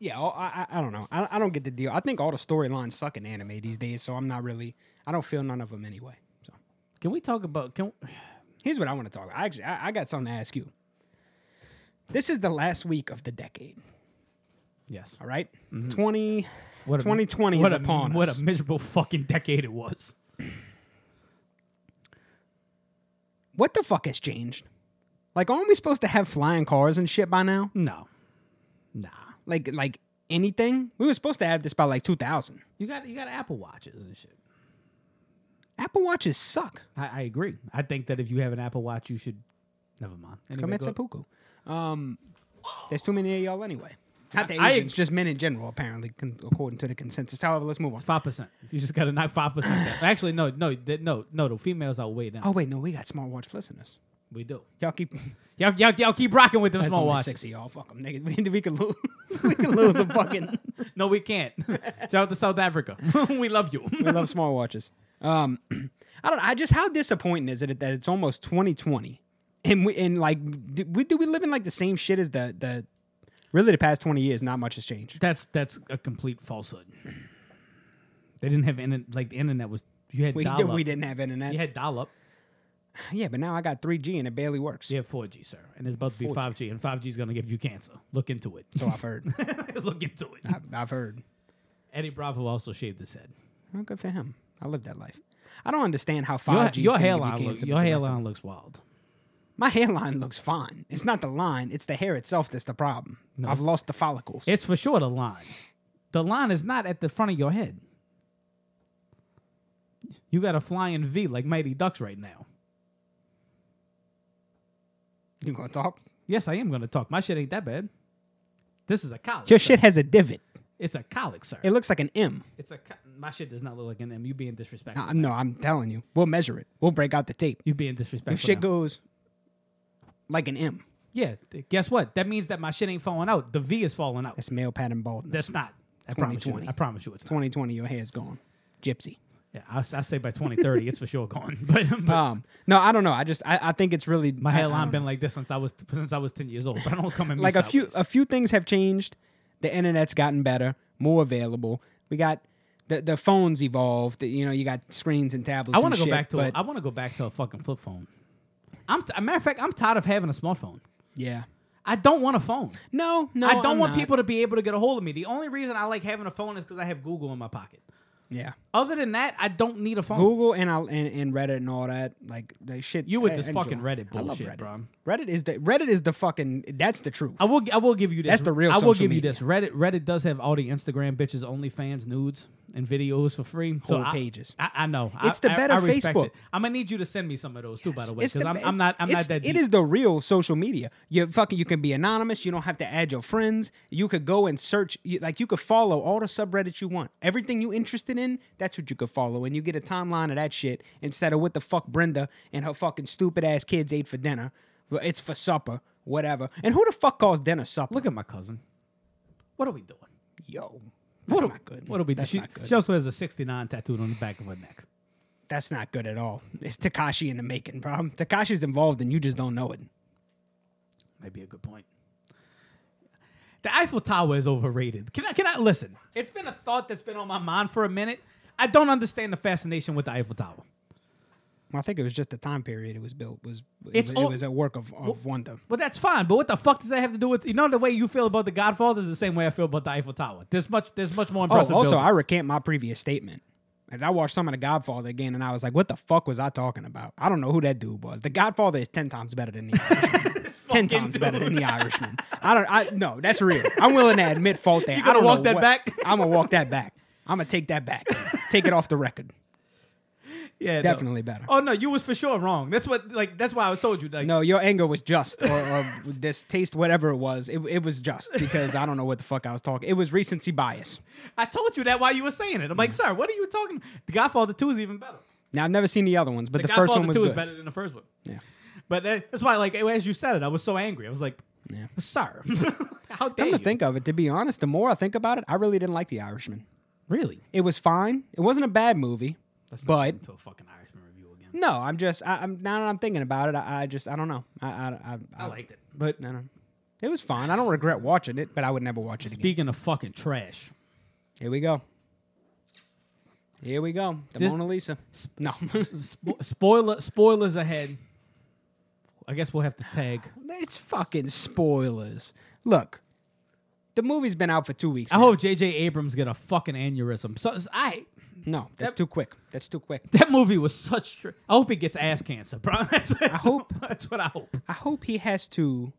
yeah, all, I, I I don't know. I, I don't get the deal. I think all the storylines suck in anime these days, so I'm not really. I don't feel none of them anyway. So Can we talk about? Can here's what I want to talk about. I actually I, I got something to ask you. This is the last week of the decade. yes. All right? twenty Mm-hmm. What a- 2020 what is a, upon What us. a miserable fucking decade it was. what the fuck has changed? Like, aren't we supposed to have flying cars and shit by now? No, nah. Like, like anything? We were supposed to have this by like 2000. You got you got Apple watches and shit. Apple Watches suck. I, I agree. I think that if you have an Apple Watch, you should. Never mind. Anyway, Commit go- seppuku. Um, there's too many of y'all anyway. Not the I- I- Asians, just men in general, apparently, con- according to the consensus. However, let's move on. Five percent. You just got to knock five percent. Actually, no, no, th- no, no. The females are way down. Oh wait, no, we got smartwatch listeners. We do. Y'all keep Y'all, y'all, y'all keep rocking with them that's small only watches. six of y'all. Fuck them, niggas. We, we could lose. we could lose a fucking. No, we can't. Shout out to South Africa. we love you. I love smartwatches. Um, I don't. I just how disappointing is it that it's almost 2020, and we and like do we do we live in like the same shit as the the really the past 20 years? Not much has changed. That's that's a complete falsehood. They didn't have internet. Like the internet was. You had We, dial did, up. we didn't have internet. You had dial up. Yeah, but now I got 3G and it barely works. You had four G, sir, and it's about to be five G, and five G is gonna give you cancer. Look into it. So I've heard. Look into it. I've, I've heard. Eddie Bravo also shaved his head. Well, good for him. I live that life. I don't understand how 5G. Your, your is gonna give you hairline, look, cancer, your but the rest of- hairline looks wild. My hairline looks fine. It's not the line. It's the hair itself that's the problem. I've lost the follicles. It's for sure the line. The line is not at the front of your head. You got a flying V like Mighty Ducks right now. you gonna talk? Yes, I am gonna talk. My shit ain't that bad. This is a colic. Your sir. shit has a divot. It's a colic, sir. It looks like an M. It's a co- my shit does not look like an M. You being disrespectful. Uh, no, I'm telling you. We'll measure it. We'll break out the tape. You being disrespectful. If shit now. goes like an M, yeah. th- Guess what? That means that my shit ain't falling out. The V is falling out. that's male pattern baldness. That's not. I promise you. 2020. I promise you, it's not. 2020. Your hair's gone, gypsy. Yeah, I, I say by 2030, it's for sure gone. But, but Um, no, I don't know. I just I, I think it's really my I- I hairline don't been like this since I was since I was 10 years old. But I don't come in know. like a few a few things have changed. The internet's gotten better, more available. We got the the phones evolved. You know, you got screens and tablets. I want to go back to. but, A, I want to go back to a fucking flip phone. I'm t- a matter of fact, I'm tired of having a smartphone. yeah. I don't want a phone. No, no, I don't I'm want not. people to be able to get a hold of me. The only reason I like having a phone is because I have Google in my pocket. Yeah, Other than that, I don't need a phone. Google and I and, and Reddit and all that, like the shit. You with I this enjoy. fucking Reddit I love bullshit, Reddit. bro. Reddit is the Reddit is the fucking that's the truth. I will. I will give you this. That's the real I will social give you this. Reddit. Reddit does have all the Instagram bitches, OnlyFans, nudes. and videos for free. Whole I- pages. I, I know. It's I, the I- better I respect Facebook. It. I'm gonna need you to send me some of those too, by the way, It's because the- I'm, I'm not. I'm it's- not that. It deep. is the real social media. You fucking. You can be anonymous. You don't have to add your friends. You could go and search. You, like you could follow all the subreddits you want. Everything you interested in, that's what you could follow, and you get a timeline of that shit instead of what the fuck Brenda and her fucking stupid ass kids ate for dinner. Well, It's for supper, whatever. And who the fuck calls dinner supper? Look at my cousin. What are we doing? yo, that's what not are, good. What are we? doing? That's She, not good. she also has a 69 tattooed on the back of her neck. that's not good at all. It's Takashi in the making, bro. Takashi's involved, and you just don't know it. Might be a good point. The Eiffel Tower is overrated. Can I? Can I listen? It's been a thought that's been on my mind for a minute. I don't understand the fascination with the Eiffel Tower. Well, I think it was just the time period it was built was it, It's was, all- it was a work of, of wonder. Well, that's fine, but what the fuck does that have to do with you know the way you feel about the Godfather is the same way I feel about the Eiffel Tower. There's much, there's much more Oh, impressive. also, I buildings. recant my previous statement. As I watched some of The Godfather again, and I was like, "What the fuck was I talking about? I don't know who that dude was." The Godfather is ten times better than the Irishman. ten times better than the Irishman. I don't. I no, that's real. I'm willing to admit fault there. I gonna don't walk know that what- back? I'm gonna walk that back. I'm gonna take that back. take it off the record. yeah, no. definitely better. Oh no, you was for sure wrong. That's what like that's why I told you like No, your anger was just, or, or distaste, whatever it was. It, it was just because I don't know what the fuck I was talking. It was recency bias. I told you that while you were saying it. I'm Mm. like, sir, what are you talking? The Godfather Two is even better. Now I've never seen the other ones, but The, the, first Godfather one was Two good. is better than the first one. Yeah. But that, that's why, like, as you said it, I was so angry. I was like, sir, how dare Come you? to think of it, to be honest, the more I think about it, I really didn't like The Irishman. really? It was fine. It wasn't a bad movie, Let's not but get into a fucking Irishman review again. no, I'm just I, I'm now that I'm thinking about it, I, I just I don't know. I I I, I liked it, but I don't. It was fine. I don't regret watching it, but I would never watch it again. speaking of fucking trash, Here we go. Here we go. The This- Mona Lisa. No. Spo- spoiler spoilers ahead. I guess we'll have to tag. It's fucking spoilers. Look, the movie's been out for two weeks. I now. hope J.J. Abrams get a fucking aneurysm. So I No, that's too quick. That's too quick. that movie was such. Tr- I hope he gets ass cancer, bro. That's, that's hope- That's what I hope. I hope he has to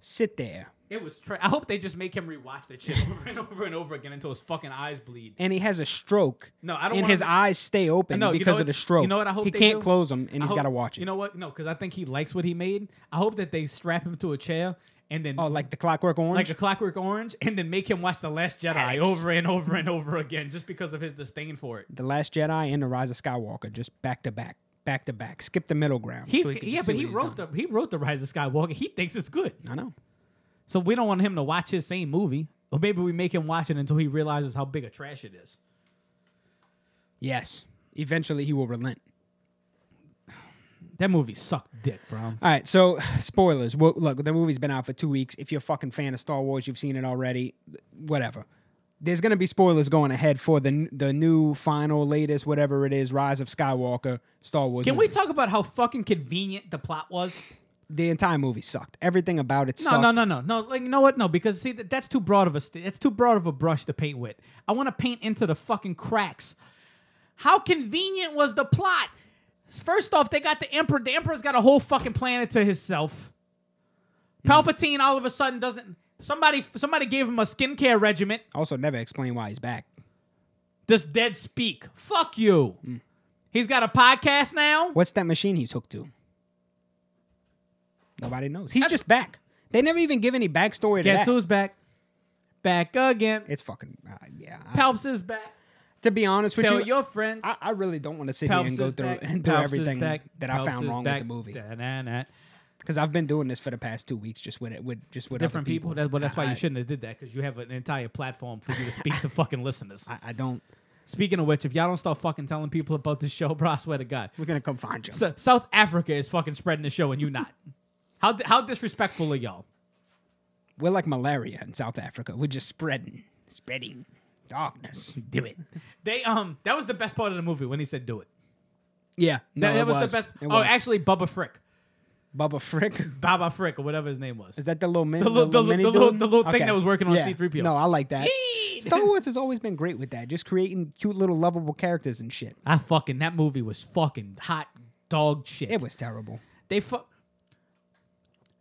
sit there It was. Tra- I hope they just make him rewatch that shit over and over and over again until his fucking eyes bleed. and he has a stroke. No, I don't And want his him- eyes stay open No, you know because what- of the stroke. You know what? I hope he they can't do? close them, and I he's hope- got to watch it. You know what? No, because I think he likes what he made. I hope that they strap him to a chair and then oh, like the Clockwork Orange. like a Clockwork Orange, and then make him watch The Last Jedi Alex. over and over and over again just because of his disdain for it. the Last Jedi and the Rise of Skywalker, just back to back, back to back. Skip the middle ground. He's so he can yeah, just see but what he he's wrote done. the he wrote the Rise of Skywalker. He thinks it's good, I know. so we don't want him to watch his same movie. Or maybe we make him watch it until he realizes how big a trash it is. Yes. Eventually, he will relent. That movie sucked dick, bro. All right, so spoilers. Well, look, the movie's been out for two weeks. If you're a fucking fan of Star Wars, you've seen it already. Whatever. There's gonna be spoilers going ahead for the the new, final, latest, whatever it is, Rise of Skywalker, Star Wars. Can we movie. talk about how fucking convenient the plot was? the entire movie sucked. Everything about it No, sucked. no, no, no, no. Like, you know what? No, because see, that, that's too broad of a st- that's too broad of a brush to paint with. I want to paint into the fucking cracks. How convenient was the plot? First off, they got the emperor. The emperor's got a whole fucking planet to himself. Palpatine all of a sudden doesn't. Somebody, somebody gave him a skincare regiment. Also, never explain why he's back. This dead speak. Fuck you. He's got a podcast now. What's that machine he's hooked to? Nobody knows. He's That's- just back. They never even give any backstory to Guess that. who's back? Back again. It's fucking uh, yeah. I- Palps is back. to be honest with Tell you, your friends. I, I really don't want to sit Palps here and go is through back. and do Palps is everything back. that I Palps found is wrong back. with the movie Da-na-na. because I've been doing this for the past two weeks, just with it, with just with other Different people. That, well, that's why I, you shouldn't have did that because you have an entire platform for you to speak to fucking listeners. I, I don't. Speaking of which, if y'all don't start fucking telling people about this show, bro, I swear to God, We're gonna come find you. S- South Africa is fucking spreading the show and you not. how di- how disrespectful are y'all? We're like malaria in South Africa. We're just spreading, spreading darkness. Do it. They um that was the best part of the movie when he said do it. Yeah, no, That, it that was, the best. It oh, was. actually, Bubba Frick, Bubba Frick. Baba Frick, or whatever his name was. Is that the little mini, The little- the mini little- the little- dude? the little thing that was working on Yeah. C-3PO. No, I like that. Yee! Star Wars has always been great with that, just creating cute little lovable characters and shit. I fucking that movie was fucking hot dog shit. It was terrible. They fu-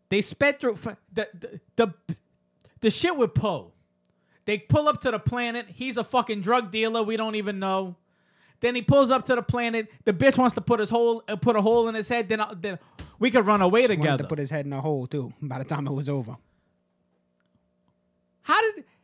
They sped through fu- the, the the the shit with Poe. They pull up to the planet. He's a fucking drug dealer. We don't even know. Then he pulls up to the planet. The bitch wants to put his hole, uh, put a hole in his head. Then, I, then we could run away Wanted to together. put his head in a hole too. By the time it was over, How did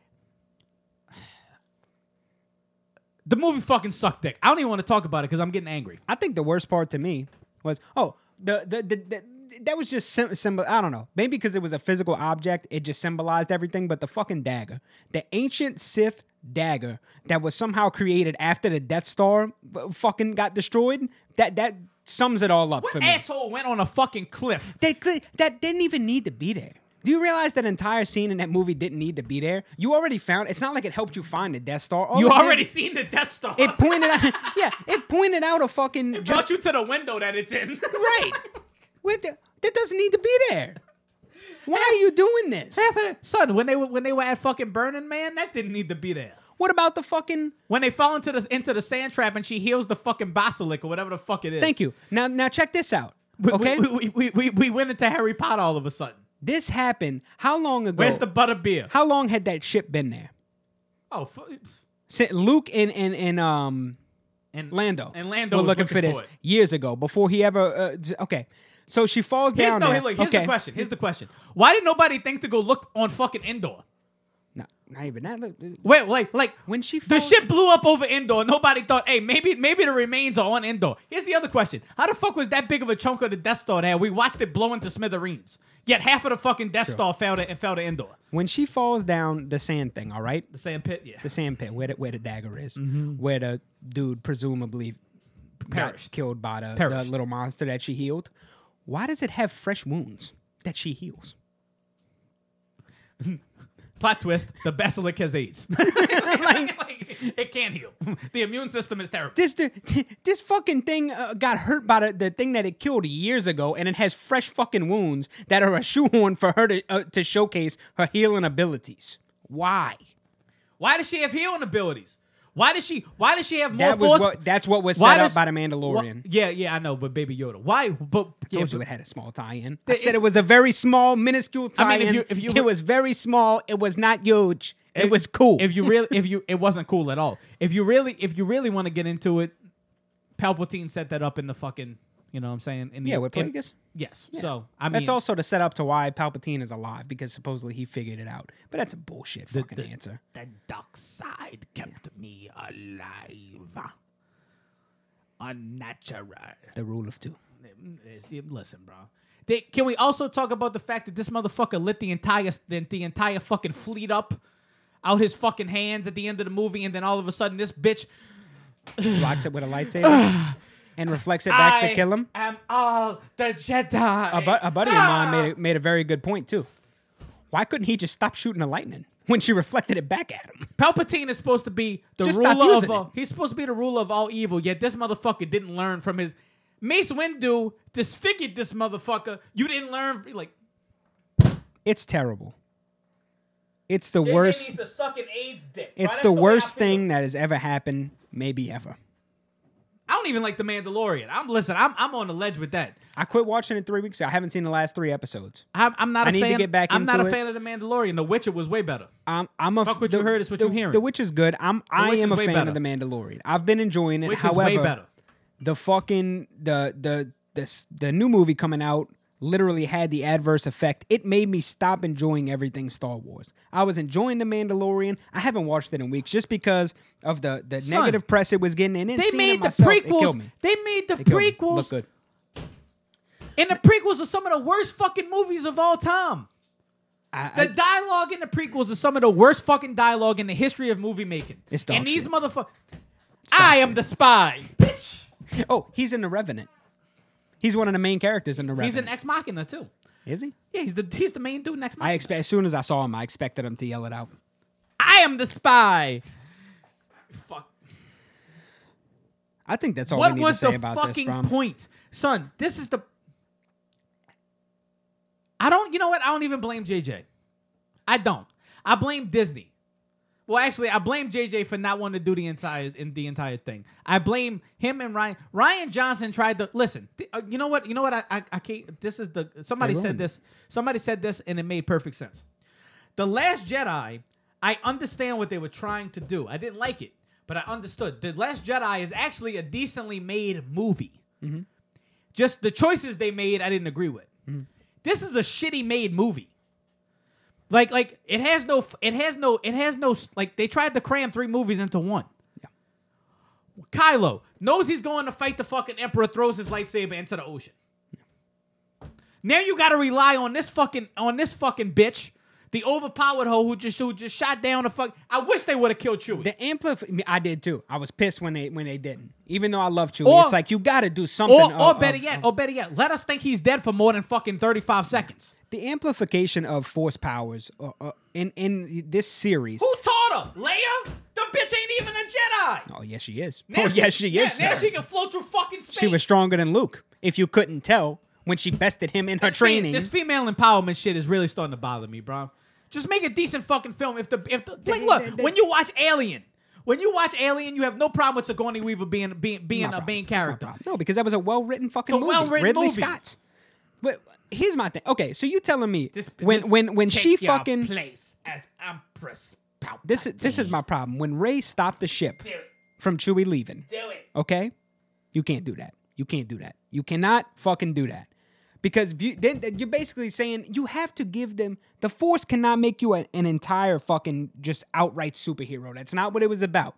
the movie fucking sucked dick? I don't even want to talk about it because I'm getting angry. I think the worst part to me was oh the the the. the that was just sim- symbol. I don't know. Maybe because it was a physical object, it just symbolized everything. But the fucking dagger, the ancient Sith dagger that was somehow created after the Death Star uh, fucking got destroyed. That that sums it all up for What me. asshole went on a fucking cliff? They, cle- that didn't even need to be there. Do you realize that entire scene in that movie didn't need to be there? You already found. It's not like it helped you find the Death Star. All You it did- already seen the Death Star. It pointed out. Yeah, it pointed out a fucking. brought you to the window that it's in. right. What the, that doesn't need to be there. Why are you doing this? Half of that- Son, when they were when they were at fucking Burning Man, that didn't need to be there. What about the fucking? When they fall into the into the sand trap and she heals the fucking basilic or whatever the fuck it is. Thank you. Now, now check this out. We, Okay, We, we, we, we, we went into Harry Potter all of a sudden. this happened. How long ago? Where's the butter beer? How long had that ship been there? Oh, fu- Since Luke and and and um and Lando. And Lando We're was looking, for this it. years ago before he ever. Uh, d- okay, so she falls Here's, down. no, there. hey, look, here's okay. the question. Here's the question. Why did nobody think to go look on fucking Endor? No, not even that. Look, Wait, like, like When she the fell- ship blew up over Endor, nobody thought, hey, maybe, maybe the remains are on Endor. Here's the other question: How the fuck was that big of a chunk of the Death Star there? We watched it blow into smithereens, yet half of the fucking Death Star fell to and fell to Endor. When she falls down the sand thing, all right, The sand pit, yeah, the sand pit where the, where the dagger is, where the dude presumably Mm-hmm. perished. got killed by the, the Perished. little monster that she healed. Why does it have fresh wounds that she heals? Plot twist: The basilic has AIDS. Like, it can't heal. The immune system is terrible. This the, this fucking thing uh, got hurt by the, the thing that it killed years ago, and it has fresh fucking wounds that are a shoehorn for her to uh, to showcase her healing abilities. Why? Why does she have healing abilities? Why does she? Why does she have more That was force? what that's what was Why set up does- by the why- Mandalorian. yeah, yeah, I know, but Baby Yoda. Why? But I yeah, told you but- it had a small tie-in. I There said is- it was a very small, minuscule I tie-in. mean, if you- if you it were- was very small. It was not huge. It, If- was cool. If you really, if you, it wasn't cool at all. If you really, if you really want to get into it, Palpatine set that up in the fucking, you know, what I'm saying, in the, yeah, with in- Plagueis. yes. So I mean, That's also the setup to why Palpatine is alive because supposedly he figured it out. But that's a bullshit fucking the- answer. The dark side kept me alive. Unnatural. The rule of two. See, Listen, bro. They, can we also talk about the fact that this motherfucker lit the entire the, the entire fucking fleet up out his fucking hands at the end of the movie, and then all of a sudden this bitch Blocks it with a lightsaber and reflects it back to I kill him. am all the Jedi. A, bu- a buddy of Ah! mine made a, made a very good point too. Why couldn't he just stop shooting the lightning when she reflected it back at him? Palpatine is supposed to be the Just stop ruler of using all, he's supposed to be the ruler of all evil. Yet this motherfucker didn't learn from his Mace Windu disfigured this motherfucker. You didn't learn like It's terrible. It's the JJ worst. needs to suck an AIDS dick. bro. It's That's the, way I worst feel. thing that has ever happened, maybe ever. I don't even like the Mandalorian. I'm listen. I'm I'm on the ledge with that. I quit watching it three weeks ago. I haven't seen the last three episodes. I'm, I'm not. I I need to fan. get back I'm not into a it. fan of the Mandalorian. The Witcher was way better. I'm, I'm a Fuck what the- you heard is what the, you hearing. The Witch is good. I'm I Witch am is a way fan better. of the Mandalorian. I've been enjoying it. Which However, is way better. the fucking the the the s- the new movie coming out literally had the adverse effect. It made me stop enjoying everything Star Wars. I was enjoying the Mandalorian. I haven't watched it in weeks just because of the the Son, negative press it was getting. And then They seeing it made the myself, it killed prequels. me. They made the It killed me. Look prequels. good. And the prequels are some of the worst fucking movies of all time. I- The dialogue in the prequels is some of the worst fucking dialogue in the history of movie making. It's dog and these shit. motherfuckers. I am the spy, bitch. Oh, he's in The Revenant. He's one of the main characters in The He's Revenant. an ex machina too. Is he? Yeah, he's the he's the main dude next. I expect as soon as I saw him, I expected him to yell it out. I am the spy. Fuck. I think that's all what we need was to say the about this. fucking Brom. point, son? This is the. I don't. You know what? I don't even blame JJ. I don't. I blame Disney. Well, actually, I blame JJ for not wanting to do the entire in the entire thing. I blame him and Ryan. Ryan Johnson tried to listen. th- uh, you know what? You know what? I, I I can't. This is the somebody They said ruined it. this. Somebody said this, and it made perfect sense. The Last Jedi, I understand what they were trying to do. I didn't like it, but I understood. The Last Jedi is actually a decently made movie. Just the choices they made, I didn't agree with. This is a shitty made movie. Like, like it has no, f- it has no, it has no. s- Like they tried to cram three movies into one. Kylo knows he's going to fight the fucking Emperor, throws his lightsaber into the ocean. Now you gotta rely on this fucking on this fucking bitch, the overpowered hoe who just who just shot down the fuck. I wish they would have killed Chewie. The amplif I did too. I was pissed when they when they didn't. Even though I love Chewie, Or- it's like you got to do something. or, of- or better of- yet, of- or better yet, let us think he's dead for more than fucking thirty five seconds. the amplification of force powers uh, uh, in in this series. Who taught her? Leia? The bitch ain't even a Jedi. Oh yes, she is. Now oh yes, she yeah, is. Now sir. she can float through fucking space. She was stronger than Luke. If you couldn't tell when she bested him in her This fe- training. this female empowerment shit is really starting to bother me, bro. Just make a decent fucking film. If the if the like, look, the- the- when you watch Alien, when you watch Alien, you have no problem with Sigourney Weaver being being being My a problem. main My character. problem. No, because that was a well written fucking It's a movie. well-written Ridley movie. Scott's. But here's my thing. Okay, so you telling me This- when this- when when she Take your fucking place as Empress. Palpatine. this is this is my problem. When Ray stopped the ship do it, from Chewie leaving, do it. okay, you can't do that. You can't do that. You cannot fucking do that. Because if you, then then you're basically saying you have to give them the force cannot make you a- an entire fucking just outright superhero. That's not what it was about.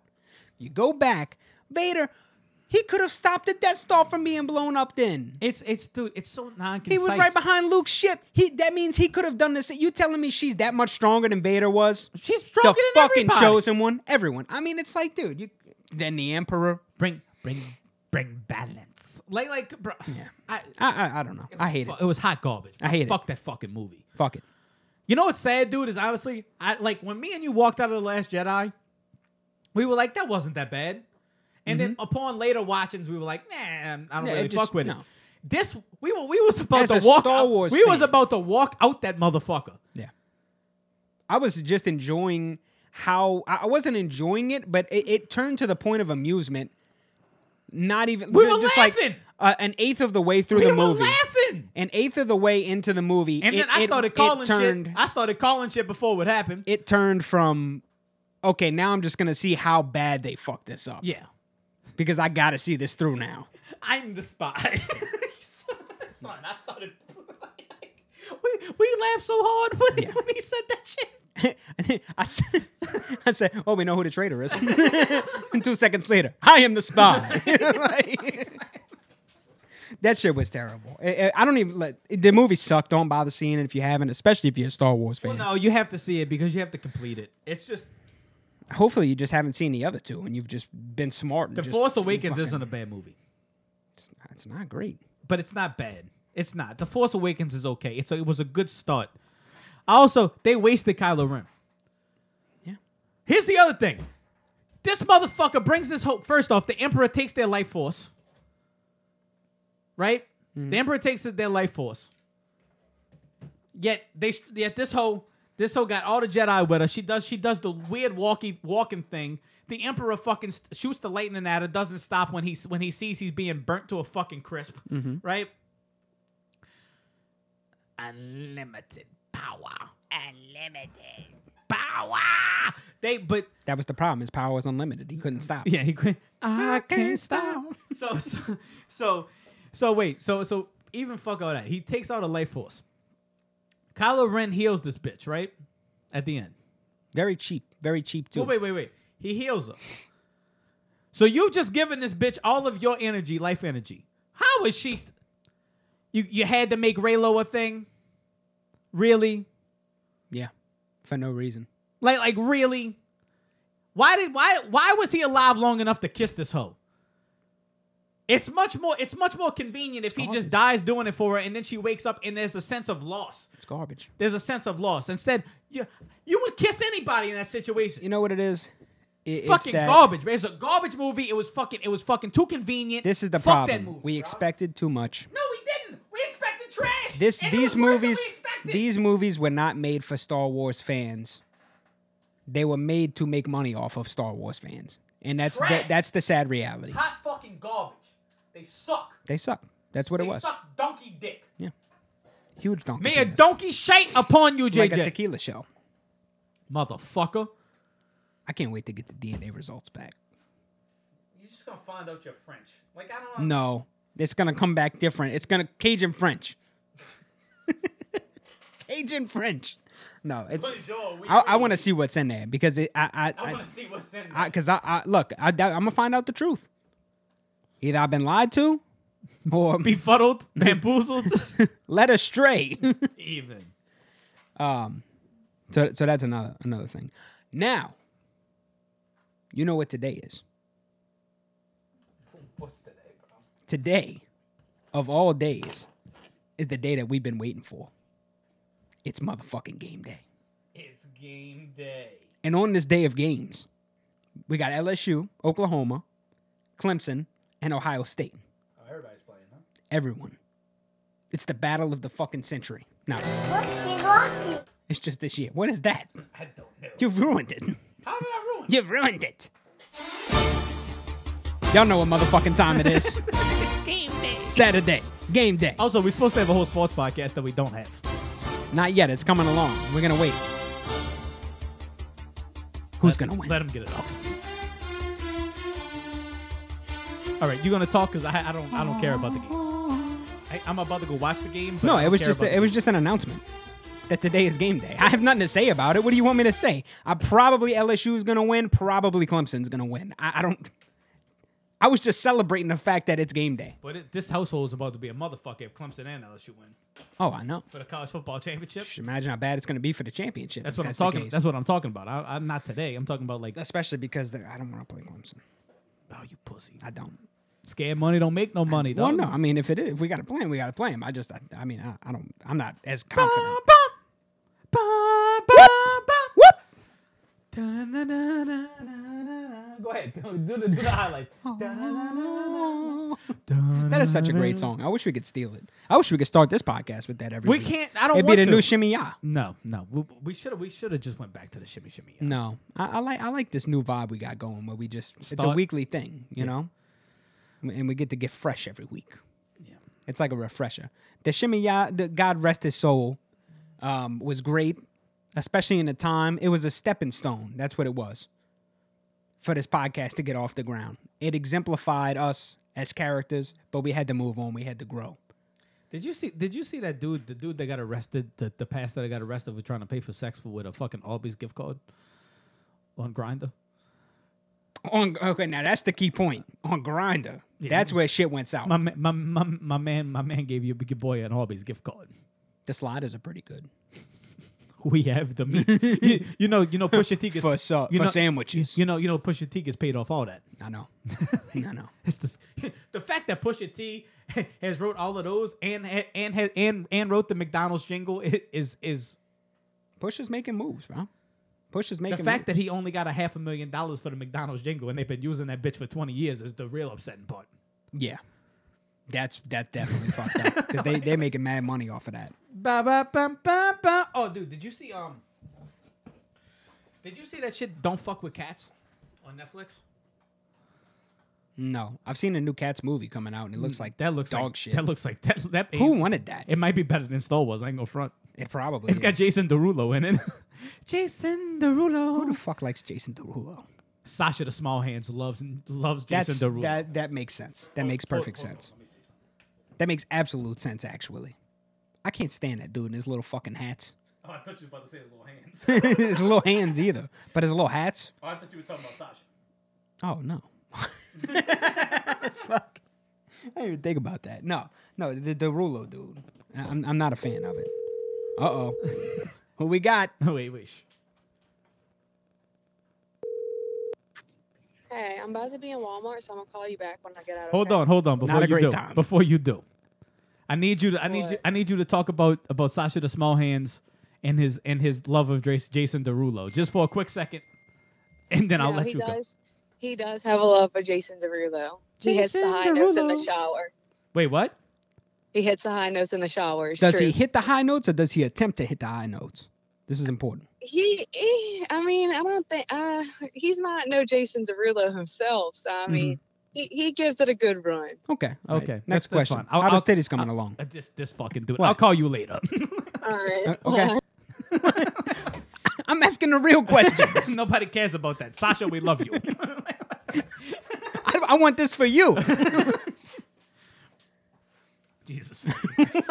You go back, Vader, he could have stopped the Death Star from being blown up then. It's it's dude. It's so non-concise. He was right behind Luke's ship. He that means he could have done this. You telling me she's that much stronger than Vader was? She's stronger the than fucking everybody. chosen one. Everyone. I mean, it's like, dude, you then the Emperor. Bring bring bring balance. Like like bro. Yeah. I, I I, I don't know. I hate it. fu- It was hot garbage. I hate it. Fuck that fucking movie. Fuck it. You know what's sad, dude, is honestly, I like when me and you walked out of The Last Jedi, we were like, that wasn't that bad. And then upon later watchings, we were like, nah, I don't Mm-hmm. Yeah, really it just- fuck with no. it. This we were we was about As to a walk Star out, Wars we was fan. about to walk out that motherfucker. Yeah. I was just enjoying how I I wasn't enjoying it, but it, it turned to the point of amusement. Not even We were just like laughing. uh, an eighth of the way through we the were movie. laughing. An eighth of the way into the movie, And it- then I it- started it calling turned, shit. I started calling shit before it happened. it turned from okay now i'm just gonna see how bad they fucked this up yeah. because i gotta see this through now I'm the spy. Son, I started we, we laughed so hard when, he, Yeah. when he said that shit. I, said, I said oh we know who the traitor is and two seconds later i am the spy Like, that shit was terrible I, I- I don't even like, the movie sucked don't bother seeing it if you haven't especially if you're a star wars fan No, you have to see it because you have to complete it. It's just hopefully you just haven't seen the other two and you've just been smart and The just Force Awakens fucking- isn't a bad movie, it's, not- it's not great but it's not bad. It's not. The Force Awakens is okay. It's a, it was a good start. Also, they wasted Kylo Ren. Yeah. Here's the other thing. This motherfucker brings this hope. First off, the Emperor takes their life force. Right? The Emperor takes their life force. Yet they yet this whole this whole got all the Jedi with her. She does she does the weird walkie walking thing. The Emperor fucking st- shoots the lightning at her. Doesn't stop when he when he sees he's being burnt to a fucking crisp. Right? Unlimited power. Unlimited power. They but that was the problem his power was unlimited he couldn't stop yeah, he quit. I can't stop. So, so, so, so wait. So, so even fuck all that. He takes out a life force. Kylo Ren heals this bitch, right? At the end. very cheap very cheap too Well, wait, wait, wait. He heals her. So you've just given this bitch all of your energy, life energy. How is she? St- you you had to make Raylo a thing. Really? Yeah, for no reason. Like, like really? Why did why why was he alive long enough to kiss this hoe? It's much more it's much more convenient if he just garbage. dies doing it for her, and then she wakes up and there's a sense of loss. It's garbage. There's a sense of loss. Instead, you you would kiss anybody in that situation. You know what it is? It, fucking it's that garbage. man. It's a garbage movie. It was fucking it was fucking too convenient. This is the Fuck problem. That movie, we bro. expected too much. No, we didn't. We expected trash. This and it was worse these than movies we expected. these movies were not made for Star Wars fans. They were made to make money off of Star Wars fans. And that's the, Trash. that's the sad reality. hot fucking garbage. They suck. They suck. That's what They it was. suck donkey dick. Huge donkey. May a penis. donkey shake upon you, JJ. like a tequila show. motherfucker. I can't wait to get the DNA results back. You're just gonna find out your French. Like I don't No, it's gonna come back different. It's gonna Cajun French. Cajun French. No, it's. But yo, we I, I really- want to see what's in there because it, I, I, I, see what's in I, cause I, I look, I, am gonna find out the truth. Either I've been lied to, or be Befuddled, bamboozled, led astray. even. so, so that's another another thing. Now, you know what today is. What's today, bro? Today, of all days, is the day that we've been waiting for. It's motherfucking game day. It's game day. And on this day of games, we got LSU, Oklahoma, Clemson, and Ohio State. Oh, everybody's playing, huh? Everyone. It's the battle of the fucking century. No, Whoopsie Rocky. it's just this year. What is that? I don't know. You've ruined it. How did I ruin? You've ruined it. Y'all know what motherfucking time it is. Saturday, game day. Also, we're supposed to have a whole sports podcast that we don't have. Not yet. It's coming along. We're gonna wait. Who's gonna win? Let him get it off. All right, you gonna talk? Cause I, I don't I don't care about the games. I, I'm about to go watch the game. But No, I it don't was care just about a, the it was game. just an announcement that today is game day. I have nothing to say about it. What do you want me to say? I probably LSU is going to win. Probably Clemson's going to win. I, I don't. I was just celebrating the fact that it's game day. But it, this household is about to be a motherfucker if Clemson and LSU win Oh, I know. for the college football championship. Just imagine how bad it's going to be for the championship. That's if what that's the I'm talking. case. That's what I'm talking about. I, I'm not today. I'm talking about like Especially because the, I don't want to play Clemson. oh you pussy. I don't. Scam money don't make no money. Well, dog. no. I mean, if it is, if we got to play him, we got to play him. I just, I, I mean, I, I don't. I'm not as confident. Whoop. Go ahead. Go, do, the, do the highlight. That is such a great song. I wish we could steal it. I wish we could start this podcast with that every We week. can't- I don't It'd want be the new to. shimmy ya. No, no. We- We should have. We should have just went back to the shimmy shimmy. yeah. No, I, I like I like this new vibe we got going where we just it's a Start- weekly thing, you know, and we get to get fresh every week. Yeah. It's like a refresher. The shimmy ya, the God rest his soul, um, was great, especially in the time it was a stepping stone. That's what it was for this podcast to get off the ground. It exemplified us as characters, but we had to move on. We had to grow. Did you see? Did you see that dude? The dude that got arrested. The the pastor that got arrested for trying to pay for sex for with a fucking Alby's gift card on Grinder. On okay, now that's the key point on Grinder. That's where shit went south. My, ma- my my my man my man gave your your boy an Alby's gift card. the sliders are pretty good. We have the meat. you, you know you know Pusha T gets For sa- you for sandwiches. You know you know Pusha T gets paid off all that. I know. I know. It's this, the fact that Pusha T has wrote all of those and ha- and ha- and and wrote the McDonald's jingle i- is is Push is making moves, bro. Push is the making fact that he only got a half a million dollars for the McDonald's jingle and they've been using that bitch for twenty years is the real upsetting part. that yeah, that's that's definitely fucked up because they they're making mad money off of that. Ba ba bum, bum, bum. Oh, dude, did you see um? Did you see that shit? Don't fuck with cats on Netflix. No, I've seen a new Cats movie coming out and it looks like Mm, That looks dog like, shit. That looks like that. that Who wanted that? It might be better than Star Wars. I ain't gonna front. It probably It's got is. Jason Derulo in it. Jason Derulo. Who the fuck likes Jason Derulo? Sasha the Small Hands loves loves Jason That's Derulo. Oh, that that makes sense. That makes perfect sense. That makes absolute sense actually. I can't stand that dude and his little fucking hats. Oh, I thought you were about to say his little hands. Oh, his little hands either, but his little hats. I thought you were talking about Sasha. Oh no. That's fuck. I didn't even think about that. No, no, the the Rulo dude. I- I'm I'm not a fan of it. Uh oh. what we got? wait, wait. shh. Hey, I'm about to be in Walmart, so I'm gonna call you back when I get out. Hold okay? on, hold on. Before Not a you great do, time. before you do, I need you to. I need What? you. I need you to talk about about Sasha the Small Hands and his and his love of Dra- Jason Derulo just for a quick second, and then I'll No, let he you go. does. He does have a love for Jason Derulo. he hits the Jason high notes in the Derulo. shower. Wait, what? He hits the high notes in the shower. It's Does true. he hit the high notes or does he attempt to hit the high notes? This is important. He, eh, I mean, I don't think uh, he's not no Jason Derulo himself. So Mm-hmm. I mean, he, he gives it a good run. Okay. all right. Okay, Next that's- that's question. fine. I'll- How does I'll- Teddy's coming along? Uh, This this fucking dude. What? Uh, I'll call you later. All right. Uh, okay. I'm asking the real questions. Nobody cares about that. Sasha, we love you. I, I want this for you. Jesus. How's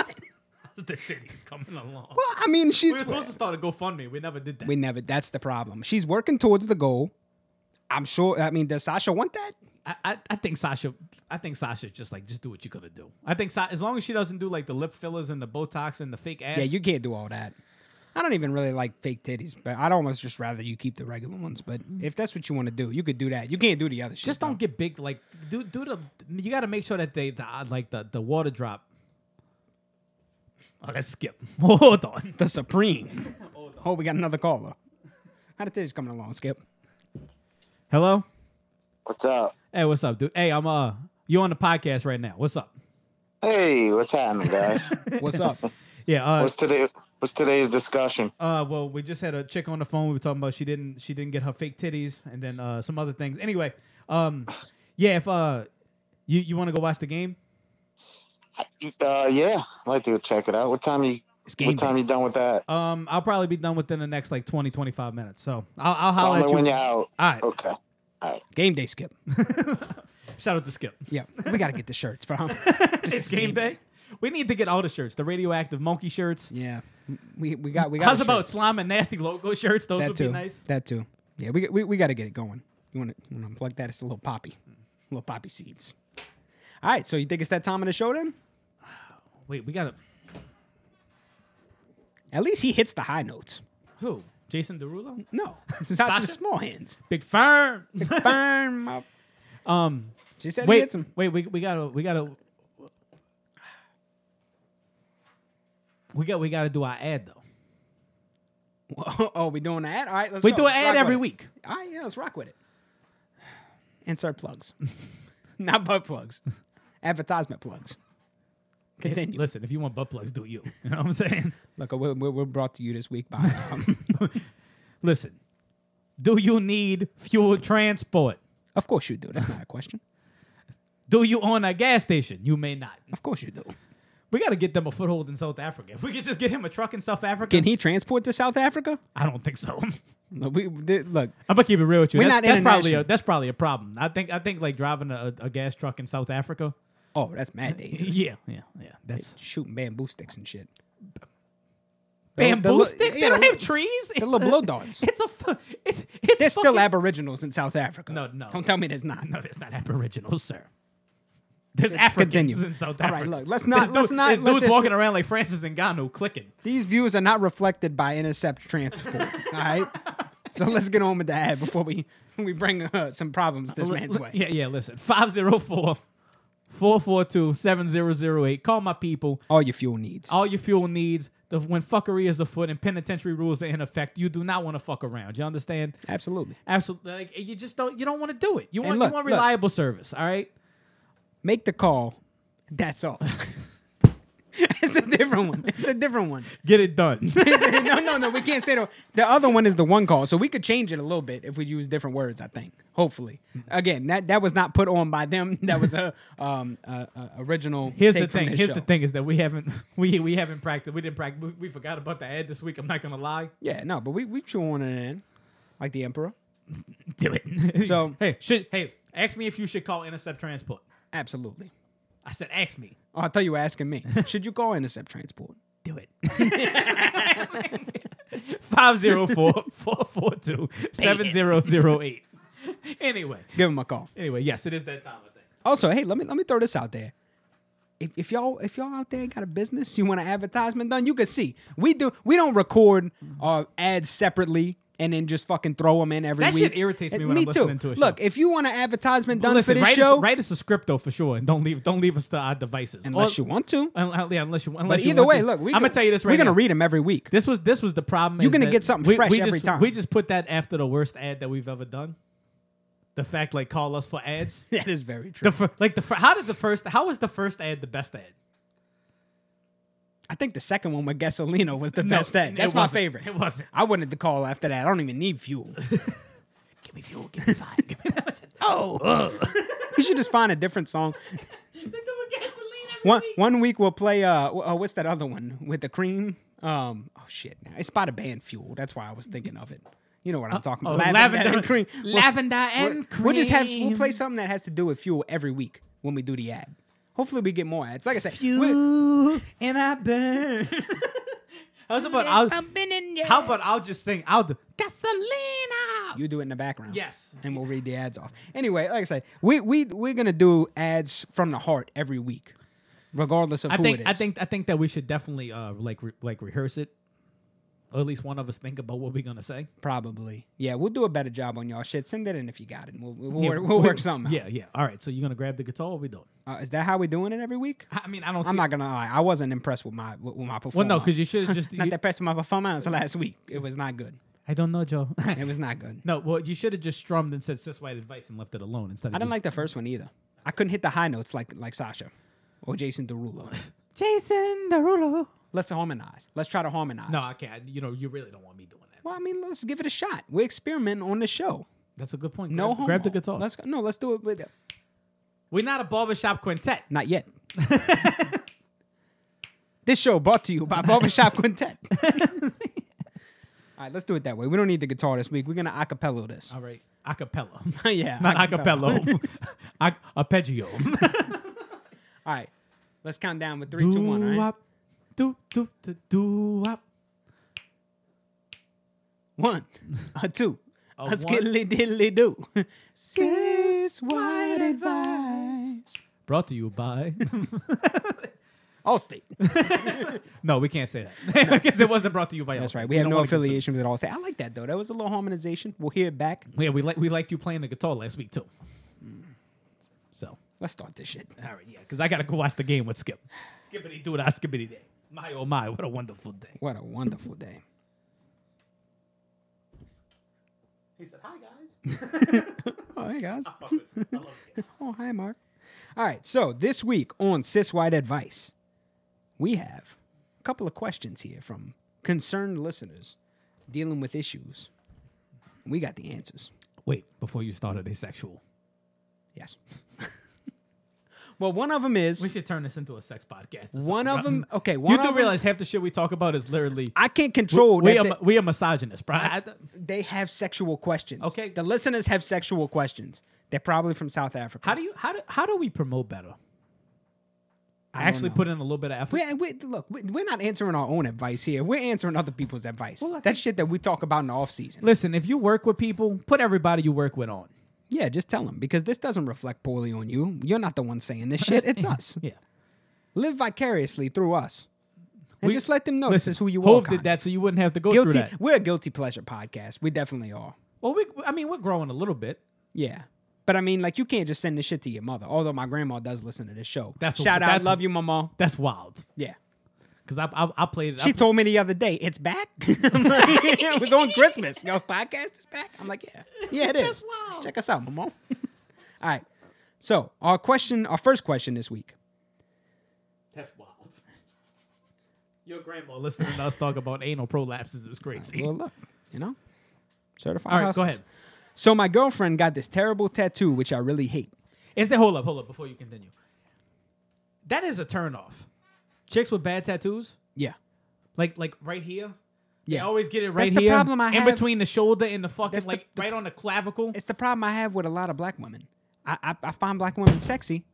the titties coming along. Well, I mean, we she's were supposed to start a GoFundMe. We never did that. we never. That's the problem. She's working towards the goal. I'm sure. I mean, does Sasha want that? I, I, I think Sasha. I think Sasha's just like just do what you're gonna do. I think Sa- as long as she doesn't do like the lip fillers and the Botox and the fake ass. Yeah, you can't do all that. I don't even really like fake titties, but I'd almost just rather you keep the regular ones. But if that's what you want to do, you could do that. You can't do the other shit. just don't though. get big. Like do do the. You got to make sure that they the like the the water drop. Oh, let's skip. Hold on. the Supreme. oh, we got another caller. How the titties coming along, Skip? Hello. What's up? Hey, what's up, dude? Hey, I'm uh, you on the podcast right now? What's up? Hey, what's happening, guys? What's up? Yeah. Uh, what's today? What's today's discussion? Uh, well, we just had a chick on the phone. We were talking about she didn't she didn't get her fake titties, and then uh, some other things. Anyway, um, yeah, if uh, you you want to go watch the game? Uh, yeah, I'd like to go check it out. What time you? It's game What time day. you done with that? Um, I'll probably be done within the next like 20, 25 minutes. So I'll I'll Call holler me at you. when you're out. All right. Okay. All right. Game day, Skip. Shout out to Skip. Yeah, we gotta get the shirts, bro. It's game day. We need to get all the shirts, the radioactive monkey shirts. Yeah, we we got we got. How's a shirt. about slime and nasty logo shirts? Those that would too? be nice. That too. Yeah, we we, we got to get it going. You want to unplug that? It's a little poppy, little poppy seeds. All right, so you think it's that time of the show then? Wait, we gotta At least he hits the high notes. who? Jason Derulo? No, Sasha? Sasha small hands. Big firm. Burn up. um, She said he wait, hits him. wait, we, we gotta, we gotta, we got, we gotta do our ad though. Oh, we doing that? All right, let's We go. do an ad Rock every with it. week. All right, yeah, let's rock with it. Insert plugs, not butt plugs. Advertisement plugs. Continue. Listen, if you want butt plugs, do you? You know what I'm saying? Look, we're, we're we're brought to you this week by um, Listen, do you need fuel transport? Of course you do. That's not a question. Do you own a gas station? You may not. Of course you do. We gotta get them a foothold in South Africa. If we could just get him a truck in South Africa, Can he transport to South Africa? I don't think so. Look, we, th- look I'm gonna keep it real with you. We're that's, not that's probably a, international. that's probably a problem. I think I think like driving a, a gas truck in South Africa. oh, that's mad dangerous. Yeah, yeah, yeah. That's Shooting bamboo sticks and shit. bamboo the li- sticks. yeah, they don't the- have trees. It's little a- blow darts. It's a. fu- It's it's. There's still fucking- aboriginals in South Africa. No, no. Don't tell me there's not. No, that's not aboriginal, sir. There's Africans continue. in South All Africa. right, look, let's not- There's let's not There's let dudes this- walking around like Francis Ngannou clicking. These views are not reflected by intercept transport. all right. So let's get on with the ad before we we bring uh, some problems this Li- man's li- way. Yeah, yeah. Listen, 504 442 7008. Call my people. All your fuel needs. All your fuel needs. The, when fuckery is afoot and penitentiary rules are in effect, you do not want to fuck around. You understand? Absolutely. Absolutely. Like you just don't. You don't want to do it. You want. look, you want look. reliable service. All right. Make the call. That's all. it's a different one. It's a different one. Get it done. no, no, no. We can't say the the other one is the one call. So we could change it a little bit if we use different words. I think. Hopefully, Mm-hmm. again, that that was not put on by them. That was a um a, a original. Here's take the thing. From this Here's show. the thing is that we haven't we we haven't practiced. We didn't practice. We, we forgot about the ad this week. I'm not gonna lie. Yeah, no, but we we chew on it in, like the emperor. Do it. So- hey, should hey ask me if you should call intercept transport. Absolutely. I said ask me. Oh, I thought you were asking me. Should you call intercept transport? Do it. 504-442-7008. Anyway, Give him a call. anyway, yes, it is that time of thing. Also, hey, let me let me throw this out there. If, if y'all if y'all out there got a business you want an advertisement done, you can see we do. We don't record our ads separately and then just fucking throw them in every That week. shit irritates me And when I'm too. listening to a show. Look, if you want an advertisement But done listen, for this write show, us, write us a script though for sure, and don't leave don't leave us to our devices. unless Or- you want to. un- yeah, unless you. Unless But you either want way, to. look, we I'm gonna gonna tell you this right We're gonna now. read them every week. This was this was the problem. You're is gonna that get something we, fresh we every just, time. We just put that after the worst ad that we've ever done. The fact, like, call us for ads. that is very true. the fir- like the fir- how did the first how was the first ad the best ad? I think the second one with Gasolino was the No, best ad. it That's my wasn't. favorite. It wasn't. I wanted to call after that. I don't even need fuel. Give me fuel. Give me five. give me that. Oh. we should just find a different song. They doing gasoline every One week. one week we'll play. Uh, w- uh, what's that other one with the cream? Um, oh shit! Now it's by the band Fuel. That's why I was thinking of it. You know what I'm talking oh, about? Lavender- Lavender and we're- We'll just have cream. we'll play something that has to do with Fuel every week when we do the ad. Hopefully, we get more ads. Like I said, we're- You and I burn. I was about. I'll, how about I'll just sing? I'll do gasolina. you do it in the background. Yes. and we'll read the ads off. Anyway, like I said, we we we're gonna do ads from the heart every week, regardless of I who think it is. I think I think that we should definitely uh like re- like rehearse it, or at least one of us think about what we're gonna say. probably. Yeah, we'll do a better job on y'all shit. Send it in if you got it. We'll, we'll, Yeah, work, we'll work something. Yeah, yeah. All right. So you're gonna grab the guitar? What we doing? out. Uh, is that how we doing it every week? I I mean, I don't. I'm see, not gonna lie. I wasn't impressed with my with with my performance. Well, no, because you should have just. not you- that impressed with my performance last week. It was not good. I don't know, Joe. It was not good. no, well, you should have just strummed and said "Sis White Advice" and left it alone instead. Of I didn't just- like the first one either. I couldn't hit the high notes like like Sasha or Jason Derulo. Jason Derulo. let's harmonize. Let's try to harmonize. No, I can't. You know, you really don't want me doing that. well, I mean, let's give it a shot. We're experimenting on the show. That's a good point. No grab, grab the homo. guitar. Let's go. No, let's do it with We're not a barbershop quintet. not yet. this show brought to you by Barbershop Quintet. All right, let's do it that way. We don't need the guitar this week. We're gonna acapella this. All right, acapella. yeah, not acapella. acapello. Ac- arpeggio. All right, let's count down with three, two, one. All right, Doo-wop, Do do do do wop. one, a two, a, one. skiddly diddly do. Sis, wide advice. Brought to you by. Allstate. no, we can't say that because it wasn't brought to you by. That's Allstate. right. We have don't no wanna get sued. affiliation with Allstate. I like that though. That was a little harmonization. We'll hear it back. Yeah, we like we liked you playing the guitar last week too. So Let's start this shit. all right, yeah, because I gotta go watch the game with Skip. Skippity doo dah, skippity day. My oh my, what a wonderful day. What a wonderful day. He said, "Hi guys." Oh, hey guys. Fuckers. I love Skip. Oh, hi, Mark. All right. So this week on Cis White Advice, we have a couple of questions here from concerned listeners dealing with issues. We got the answers. Wait, before you started a sexual, Yes. well, one of them we is should turn this into a sex podcast. This is one of rotten. them. Okay, one You of do 'em- realize half the shit we talk about is literally I can't control. we that are they- we are misogynists, bro. I- they have sexual questions. Okay. The listeners have sexual questions. They're probably from South Africa. how do you how do how do we promote better? I, don't actually know. put in a little bit of effort. We, we, look, we, we're not answering our own advice here. We're answering other people's advice. Well, I that think- shit that we talk about in the off season. Listen, if you work with people, put everybody you work with on. Yeah, just tell them because this doesn't reflect poorly on you. You're not the one saying this shit. It's us. Yeah. Live vicariously through us, and We- just let them know Listen, this is who you are. Hove did that so you wouldn't have to go through Guilty. that. We're a guilty pleasure podcast. We definitely are. Well, we I mean, we're growing a little bit. Yeah. But I mean, like, you can't just send this shit to your mother. Although my grandma does listen to this show. That's what- shout out, that's what- love you, mama. That's wild. Yeah. Cuz I, I I played it. I She pl- told me the other day, it's back. I'm like, it was on Christmas. Your podcast is back. I'm like, yeah, yeah, it is. Check us out, Mamo. All right. So our question, our first question this week. That's wild. Your grandma listening to us talk about anal prolapses is crazy. Well, look, you know, certified. All right, go hustlers. ahead. So my girlfriend got this terrible tattoo, which I really hate. Is that hold up, hold up before you continue. That is a turn off. Chicks with bad tattoos, Yeah, like like right here. They yeah. always get it right That's the here. problem I in have. between the shoulder and the fucking That's the- like right on the clavicle. It's the problem I have with a lot of black women. I, I I find black women sexy,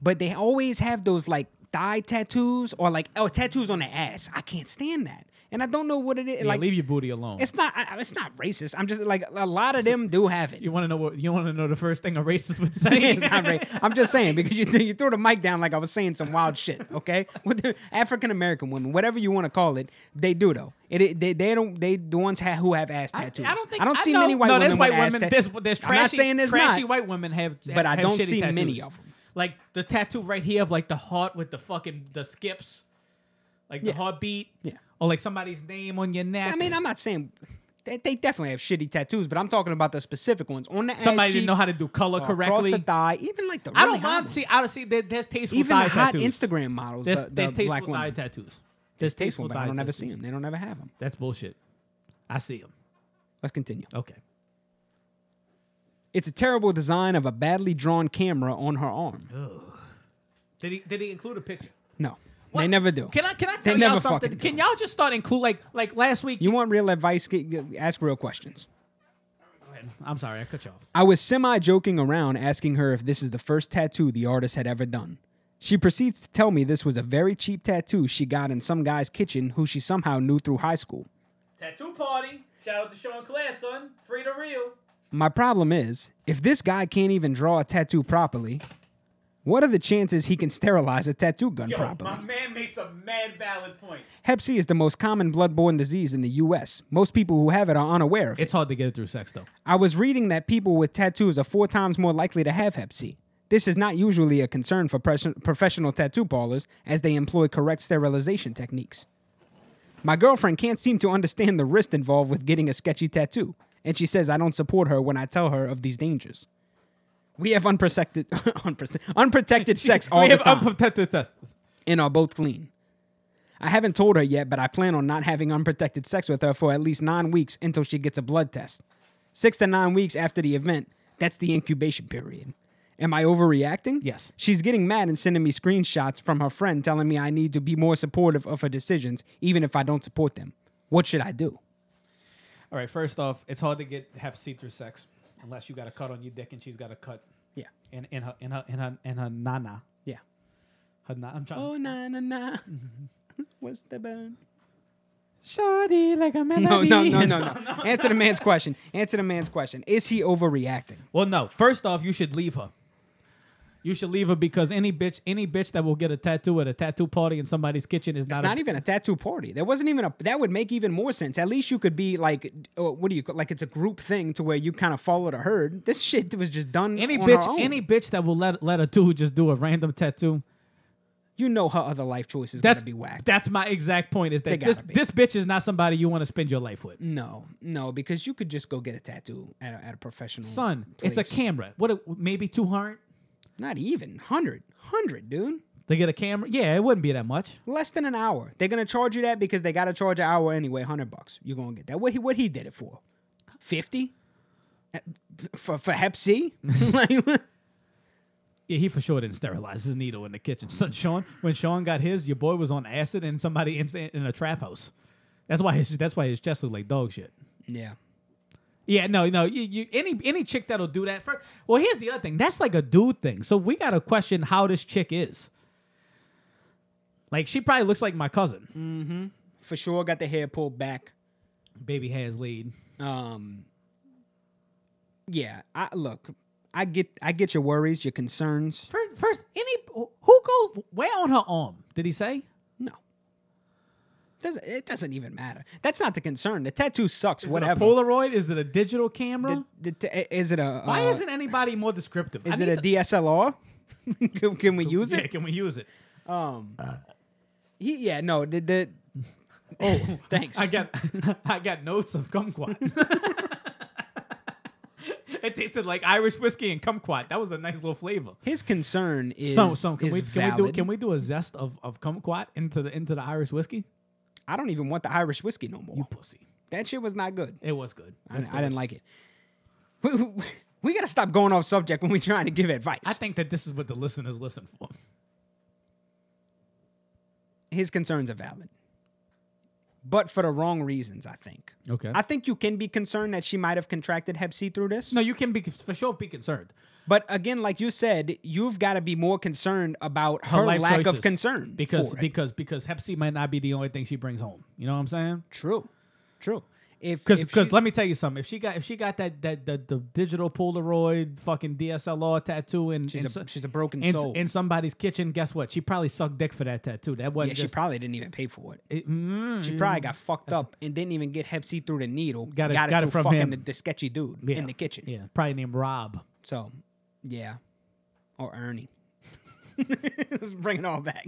but they always have those like thigh tattoos or like oh tattoos on the ass. I can't stand that, and I don't know what it is. Yeah, like leave your booty alone. It's not. I, I- it's not racist. I'm just like a lot of them do have it. You want to know what? You want to know the first thing a racist would say? It's not ra- I'm just saying because you you threw the mic down like I was saying some wild shit. Okay, With the African American women, whatever you want to call it, they do though. It, it- they they don't they the ones ha- who have ass I- tattoos. I don't think see know- many white no, women. There's white with ass women. tat- there's there's trashy, I'm not saying there's trashy not. white women have, have- But I have don't shitty see many tattoos. of 'em. Like the tattoo right here of like the heart with the fucking the skips, like the Yeah. heartbeat. Yeah. Or like somebody's name on your neck. I mean, I'm not saying they, they definitely have shitty tattoos, but I'm talking about the specific ones on the somebody ass didn't know cheeks, how to do color uh, correctly. across the thigh, even like the I really don't hot mind. ones. See, I don't see. There, there's tasteful even thigh the hot tattoos. Instagram models. There's, the, the there's black tasteful women. thigh tattoos. There's tasteful, tasteful but thigh I don't ever tattoos. see them. They don't ever have them. That's bullshit. I see them. Let's continue. Okay. It's a terrible design of a badly drawn camera on her arm. Did he did he include a picture? No. They never do. Can I can I They tell y'all never something? fucking Can do. y'all just start include like like last week? You want real advice? Get, get- ask real questions. I'm sorry, I cut you off. I was semi joking around asking her if this is the first tattoo the artist had ever done. She proceeds to tell me this was a very cheap tattoo she got in some guy's kitchen who she somehow knew through high school. Tattoo party. Shout out to Sean Claire, son. Free to real. My problem is, if this guy can't even draw a tattoo properly, what are the chances he can sterilize a tattoo gun properly? man makes a mad valid point. Hep C is the most common bloodborne disease in the US. Most people who have it are unaware of it. It's hard to get it through sex though. I was reading that people with tattoos are four times more likely to have Hep C. This is not usually a concern for pres- professional tattoo parlors as they employ correct sterilization techniques. My girlfriend can't seem to understand the risk involved with getting a sketchy tattoo, and she says I don't support her when I tell her of these dangers. We have unprotected, unprote- unprotected sex all we the have time unprotected sex. and are both clean. I haven't told her yet, but I plan on not having unprotected sex with her for at least nine weeks until she gets a blood test. Six to nine weeks after the event, that's the incubation period. Am I overreacting? Yes. She's getting mad and sending me screenshots from her friend telling me I need to be more supportive of her decisions, even if I don't support them. What should I do? All right, first off, it's hard to get Hep C through sex unless you got a cut on your dick and she's got a cut Yeah. in, in her in her in her in her nana. Yeah. Her na- I'm trying. Oh, na, na, na. What's the burn? Shawty like a melody. No, no, no, no, no. Answer the man's question. Answer the man's question. Is he overreacting? Well, no. First off, you should leave her. You should leave her because any bitch, any bitch that will get a tattoo at a tattoo party in somebody's kitchen is not, It's a- not even a tattoo party. There wasn't even a. That would make even more sense. At least you could be like, uh, what do you like? It's a group thing to where you kind of follow the herd. This shit was just done. any on her bitch, own. any bitch that will let let a dude just do a random tattoo. You know her other life choices That's gotta be whack. That's my exact point. Is They that gotta this be. Mm, this bitch is not somebody you want to spend your life with, no, no, because you could just go get a tattoo at a, at a professional. son. It's place. a camera. What? A, maybe two hundred Not even hundred, hundred, dude. to get a camera? Yeah, it wouldn't be that much. Less than an hour. They're gonna charge you that because they gotta charge an hour anyway. Hundred bucks. You're gonna get that. What he what he did it for? Fifty. For for Hep C. like, Yeah, he for sure didn't sterilize his needle in the kitchen. Son, Sean, when Sean got his, your boy was on acid and somebody in, in a trap house. That's why his that's why his chest looked like dog shit. yeah. Yeah, no, no. You, you, any any chick that'll do that for well, here's the other thing. That's like a dude thing. So we gotta question how this chick is. Like she probably looks like my cousin. for sure got the hair pulled back. Mm. Baby has lead. Um, yeah, I look, I get, I get your worries, your concerns. First, first, any who goes where on her arm? Did he say? No, doesn't it doesn't even matter. That's not the concern. The tattoo sucks. Is whatever. it a Polaroid? Is it a digital camera? The- the ta- is it a? Why uh, isn't anybody more descriptive? Is it a DSLR? can, can we use yeah, it? Can we use it? He, yeah, no. The, the oh, thanks. I got I got notes of kumquat. it tasted like Irish whiskey and kumquat. That was a nice little flavor. his concern is So, so can is we can valid. we do can we do a zest of of kumquat into the into the Irish whiskey? I don't even want the Irish whiskey no more. You pussy. that shit was not good. It was good. I, I didn't like it. We, we, we gotta stop going off subject when we're trying to give advice. I think that this is what the listeners listen for. His concerns are valid, but for the wrong reasons. I think. Okay. I think you can be concerned that she might have contracted Hep C through this. No, you can be for sure be concerned. But again, like you said, you've got to be more concerned about Her her, life lack choices. of concern because for it. because because Hep C might not be the only thing she brings home. You know what I'm saying? true, true. If Because if she- let me tell you something. If she got if she got that that the, the digital Polaroid fucking DSLR tattoo and she's, a, she's a broken in, soul. in somebody's kitchen, guess what? She probably sucked dick for that tattoo. That wasn't yeah, she just probably didn't even pay for it. it- mm, She probably got fucked up and didn't even get Hep C through the needle. Got it- got it, got it through from fucking him. The, the sketchy dude yeah. in the kitchen. Yeah, probably named Rob. So, yeah. Or Ernie. Let's bring it all back.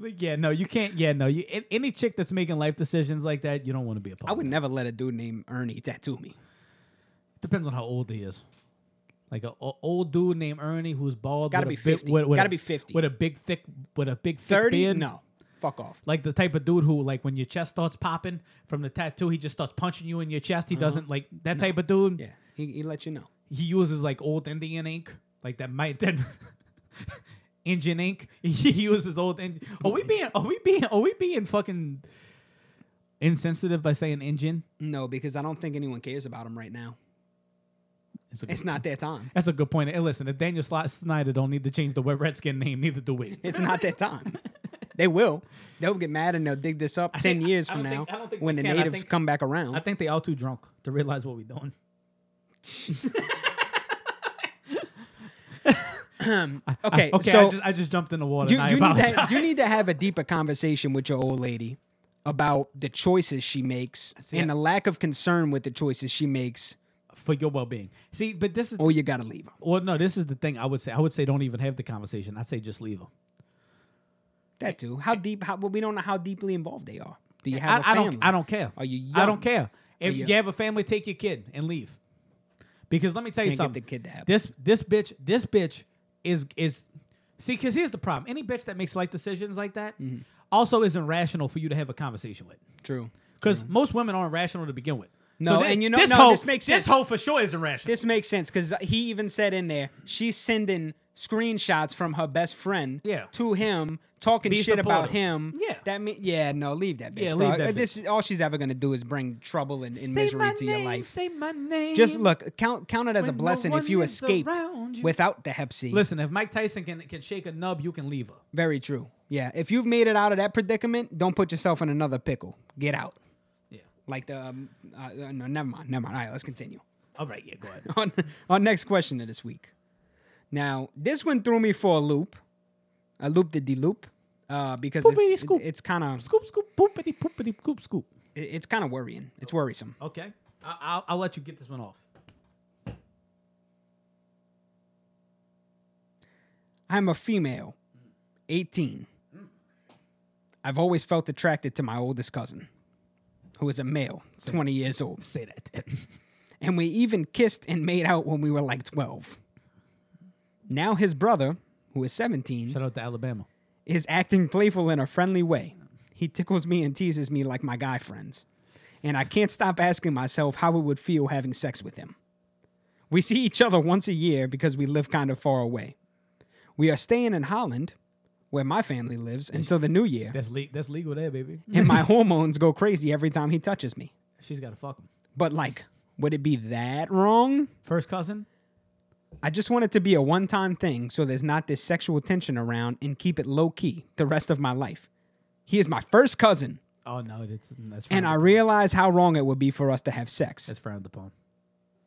Like, Yeah, no, you can't. Yeah, no, you an- any chick that's making life decisions like that, you don't want to be a part. I would of. never let a dude named Ernie tattoo me. Depends on how old he is. Like a, a old dude named Ernie who's bald. Gotta with be a big- 50. with- with Gotta a- be 50. With a big thick, with a big thick 30? beard. No. Fuck off. Like the type of dude who, like, when your chest starts popping from the tattoo, he just starts punching you in your chest. He Mm-hmm. doesn't like that type of dude. Yeah. He, he let you know. He uses like old Indian ink, like that might then engine ink. He used his old engine. Are we being? Are we being? Are we being fucking insensitive by saying engine? No, because I don't think anyone cares about him right now. It's, a good, It's not their time. That's a good point. And listen, if Daniel Slot Snyder don't need to change the wet redskin name, neither do we. It's not their time. They will. They'll get mad and they'll dig this up ten think- I- years I from don't now think- I don't think when they the can. I natives think- come back around. I think they all too drunk to realize what we're doing. okay, I- okay. so I, just, I just jumped in the water. you, and I you need apologize. to, you need to have a deeper conversation with your old lady about the choices she makes See, and I- the lack of concern with the choices she makes. for your well being. See, but this is Or you gotta leave her. well, no, this is the thing. I would say I would say don't even have the conversation. I'd say just leave them. That too. How deep? How, well, we don't know how deeply involved they are. Do you I, have? a I family? don't. I don't care. Are you I young? don't care. If you- you have a family, take your kid and leave. Because let me tell you Can't get something. the kid to have it. this this bitch this bitch is is see because here's the problem. Any bitch that makes life decisions like that Mm-hmm. also isn't rational for you to have a conversation with. True. Because most women aren't rational to begin with. Mm-hmm. No, thi- and you know- this no, hoe, this makes sense. This hoe for sure isn't rational. This makes sense because he even said in there she's sending screenshots from her best friend Yeah. to him talking Be shit about supportive. him. Yeah. that mean yeah no leave that bitch. Yeah, bro. leave that Uh, This is all she's ever gonna do is bring trouble and, and Say misery my to your name, life. Say my name. Just look count count it as a When no blessing if one you is escaped around you. without the Hep C. Listen, if Mike Tyson can can shake a nub, you can leave her. very true. Yeah, if you've made it out of that predicament, don't put yourself in another pickle. Get out. Yeah. Like the um, uh, no, never mind, never mind. All right, let's continue. All right, yeah, go ahead. on our next question of this week. Now, this one threw me for a loop, a loop de loop, uh, because Boopity it's, scoop. it's kind of scoop, scoop, poopity, poopity, scoop, scoop. it's kind of worrying. It's worrisome. Okay, I, I'll, I'll let you get this one off. I'm a female, 18. I've always felt attracted to my oldest cousin, who is a male, 20 years old, Say that. then. and we even kissed and made out when we were like 12. Now his brother, who is 17, Shout out to Alabama. is acting playful in a friendly way. He tickles me and teases me like my guy friends. And I can't stop asking myself how it would feel having sex with him. We see each other once a year because we live kind of far away. We are staying in Holland, where my family lives, until the new year, That's le- that's legal there, baby. and my hormones go crazy every time he touches me. She's got to fuck him. But, like, would it be that wrong? First cousin. I just want it to be a one time thing so there's not this sexual tension around and keep it low key the rest of my life. He is my first cousin. Oh no, that's that's frowned and I upon. realize how wrong it would be for us to have sex. Uh-huh. that's frowned upon.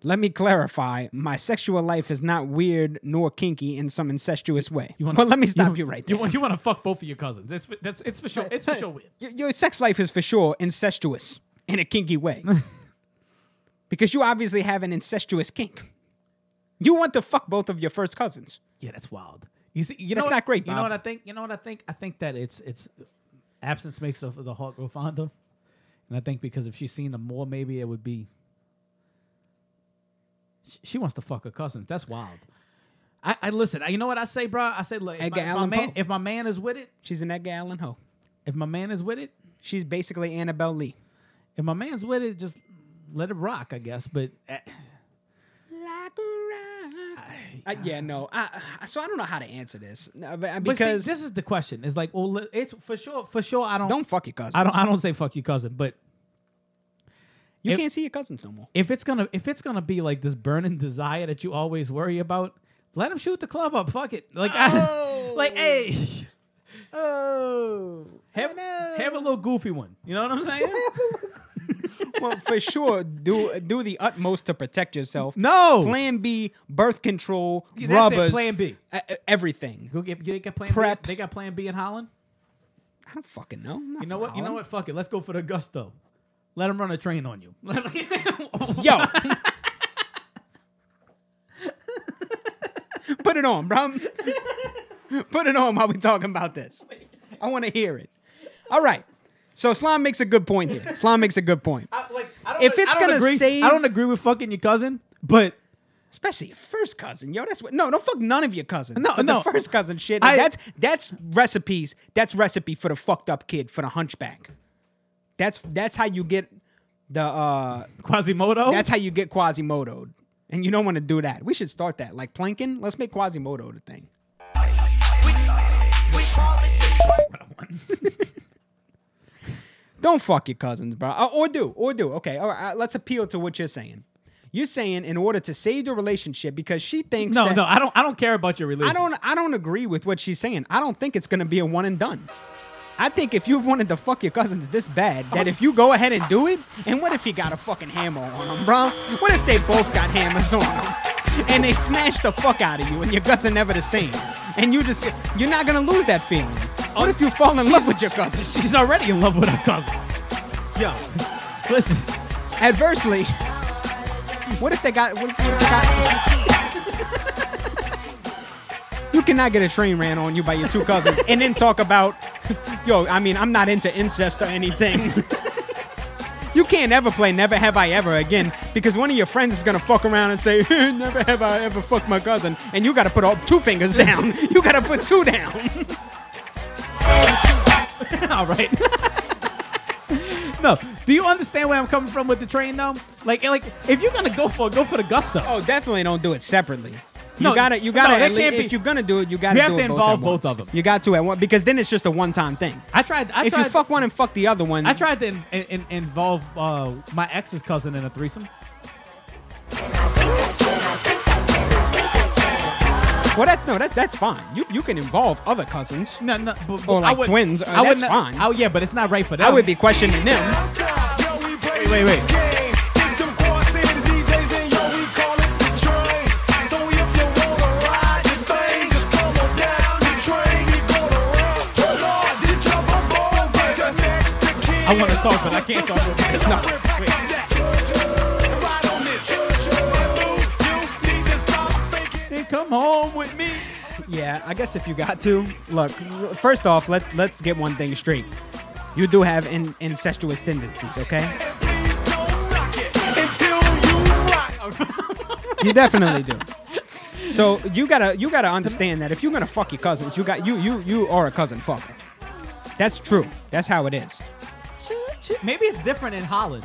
Let me clarify: my sexual life is not weird nor kinky in some incestuous way. You wanna- but let me stop you, you right there. You want you want to fuck both of your cousins. That's for- that's it's for sure. It's for sure weird. your, your sex life is for sure incestuous in a kinky way, because you obviously have an incestuous kink. You want to fuck both of your first cousins. Yeah, that's wild. You see, you That's know what- not great, You know Bob. what I think? You know what I think? I think that it's it's absence makes the the heart grow fonder, and I think because if she's seen them more, maybe it would be. She, she wants to fuck her cousins. That's wild. I, I listen. I, you know what I say, bro? I say, look, if my, Edgar if my Allan man, Poe. if my man is with it, She's an Edgar Allan Ho. if my man is with it, She's basically Annabelle Lee. if my man's with it, just let it rock, I guess. But eh, Like a rock. Uh, yeah, no. I, I- so I don't know how to answer this No, but- uh, but see, because this is the question. It's like, well, li- it's for sure, for sure. I don't, don't fuck your cousins. I don't, I don't say fuck your cousin, but You If- can't see your cousins no more. if it's gonna if it's gonna be like this burning desire that you always worry about, let him shoot the club up. Fuck it. Like, I, like, hey, Oh, have, have a little goofy one. You know what I'm saying? well, for sure, do do the utmost to protect yourself. no. Plan B, birth control, Yeah, that's it, rubbers, Plan B. e- e- everything. Go get, they got plan. B? Preps. They got plan B in Holland. I don't fucking know. I'm not You know from what? You know Holland. what? Fuck it. Let's go for the gusto. Let him run a train on you. Yo, put it on, bro. put it on while we talking about this. I want to hear it. All right. So Slime makes a good point here. Slime makes a good point, I- like, I don't, If it's I don't gonna agree, save- I don't agree with fucking your cousin, but especially your first cousin. Yo, that's what. No, don't fuck none of your cousins. No, But no. the first cousin shit. I- that's that's recipes. That's recipe for the fucked up kid for the hunchback. That's that's how you get the. uh Quasimodo. That's how you get Quasimodoed, and you don't want to do that. We should start that, like planking. Let's make Quasimodo the thing. We, Don't fuck your cousins, bro. Uh, Or do, or do. Okay, all right. uh, Let's appeal to what you're saying. You're saying in order to save the relationship because she thinks No, that- no, I don't. I don't care about your I relationship. don't I don't agree with what she's saying. I don't think it's gonna be a one and done. I think if you've wanted to fuck your cousins this bad, that if you go ahead and do it, and what if he got a fucking hammer on him, bro? What if they both got hammers on them? And they smash the fuck out of you, and your guts are never the same. And you just you're not gonna lose that feeling. What if you fall in love with your cousin? She's already in love with her cousin. Yo, listen. Adversely, what if they got? What if, what if they got? you cannot get a train ran on you by your two cousins and then talk about, yo. I mean, I'm not into incest or anything. you can't ever play Never Have I Ever again because one of your friends is gonna fuck around and say, Never have I ever fucked my cousin, and you gotta put all two fingers down. you gotta put two down. All right. no, do you understand where I'm coming from with the train though? Like, like if you're gonna go for it, go for the gusto. Oh, definitely don't do it separately. You No, gotta, you no, gotta. that at lea- can't be- if you're gonna do it, you gotta. You have do to it involve both, both at once. of them. You got to at one because then it's just a one-time thing. I tried. I if tried, you fuck one and fuck the other one, I tried to in, in, in- involve uh, my ex's cousin in a threesome. well, that no, that that's fine. You you can involve other cousins. No, no, but, Or but I like would- twins, uh, I would that's not- fine. Oh yeah, but it's not right for them. I would be questioning them. Wait, wait, wait. I wanna talk, but I can't talk over this. No, Then come home with me. Yeah, I guess if you got to look. First off, let's let's get one thing straight. You do have in, incestuous tendencies, okay? You definitely do. So you gotta you gotta understand that if you're gonna fuck your cousins, you got you you you are a cousin fucker. That's true. That's how it is. Maybe it's different in Holland.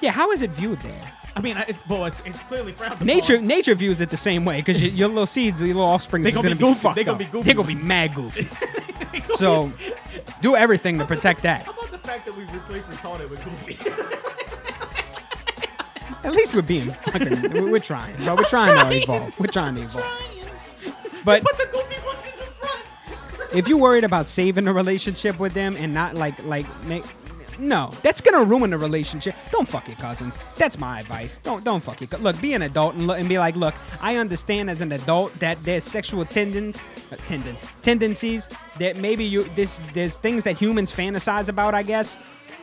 Yeah, how is it viewed there? I mean, I- it's, well, it's, it's clearly frowned upon. Nature nature views it the same way because your little seeds, your little offspring Oh. They is gonna gonna, be be, goofy. fucked They gonna up. be goofy They gonna be ones. mad goofy. so do everything to protect that. How about the fact that we replaced retarded with goofy? At least we're being fucking. we- we're trying, bro. We're trying to evolve. We're trying to evolve. But Put the goofy ones in the front. if you're worried about saving a relationship with them and not like like make no that's gonna ruin the relationship don't fuck your cousins that's my advice don't don't fuck your cou- look be an adult and, look, and be like look i understand as an adult that there's sexual tendons uh, tendons tendencies that maybe you this there's things that humans fantasize about i guess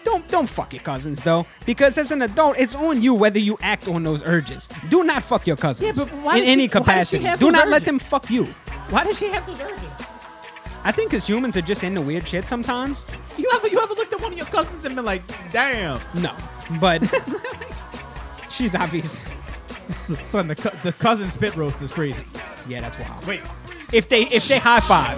don't don't fuck your cousins though because as an adult it's on you whether you act on those urges do not fuck your cousins Yeah, but why in does she- any why does she capacity have do those not let urges? them fuck you Why does she have those urges? i think as humans are just into weird shit sometimes You ever you ever looked at one of your cousins and been like, damn, No, but she's obvious. son, the, cou- the cousin spit roast is crazy. Yeah, that's wild. Wait, if they if they high five,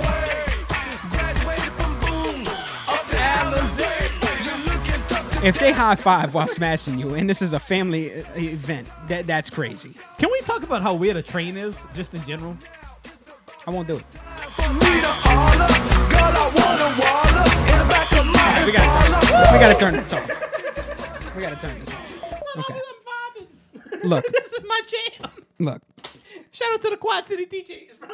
if they high five while smashing you, and this is a family uh, event, that that's crazy. Can we talk about how weird a train is, just in general? I won't do it. We gotta turn, we gotta turn this off. We gotta turn this off. Okay. Look, This is my jam. look. Shout out to the Quad City DJs, bro.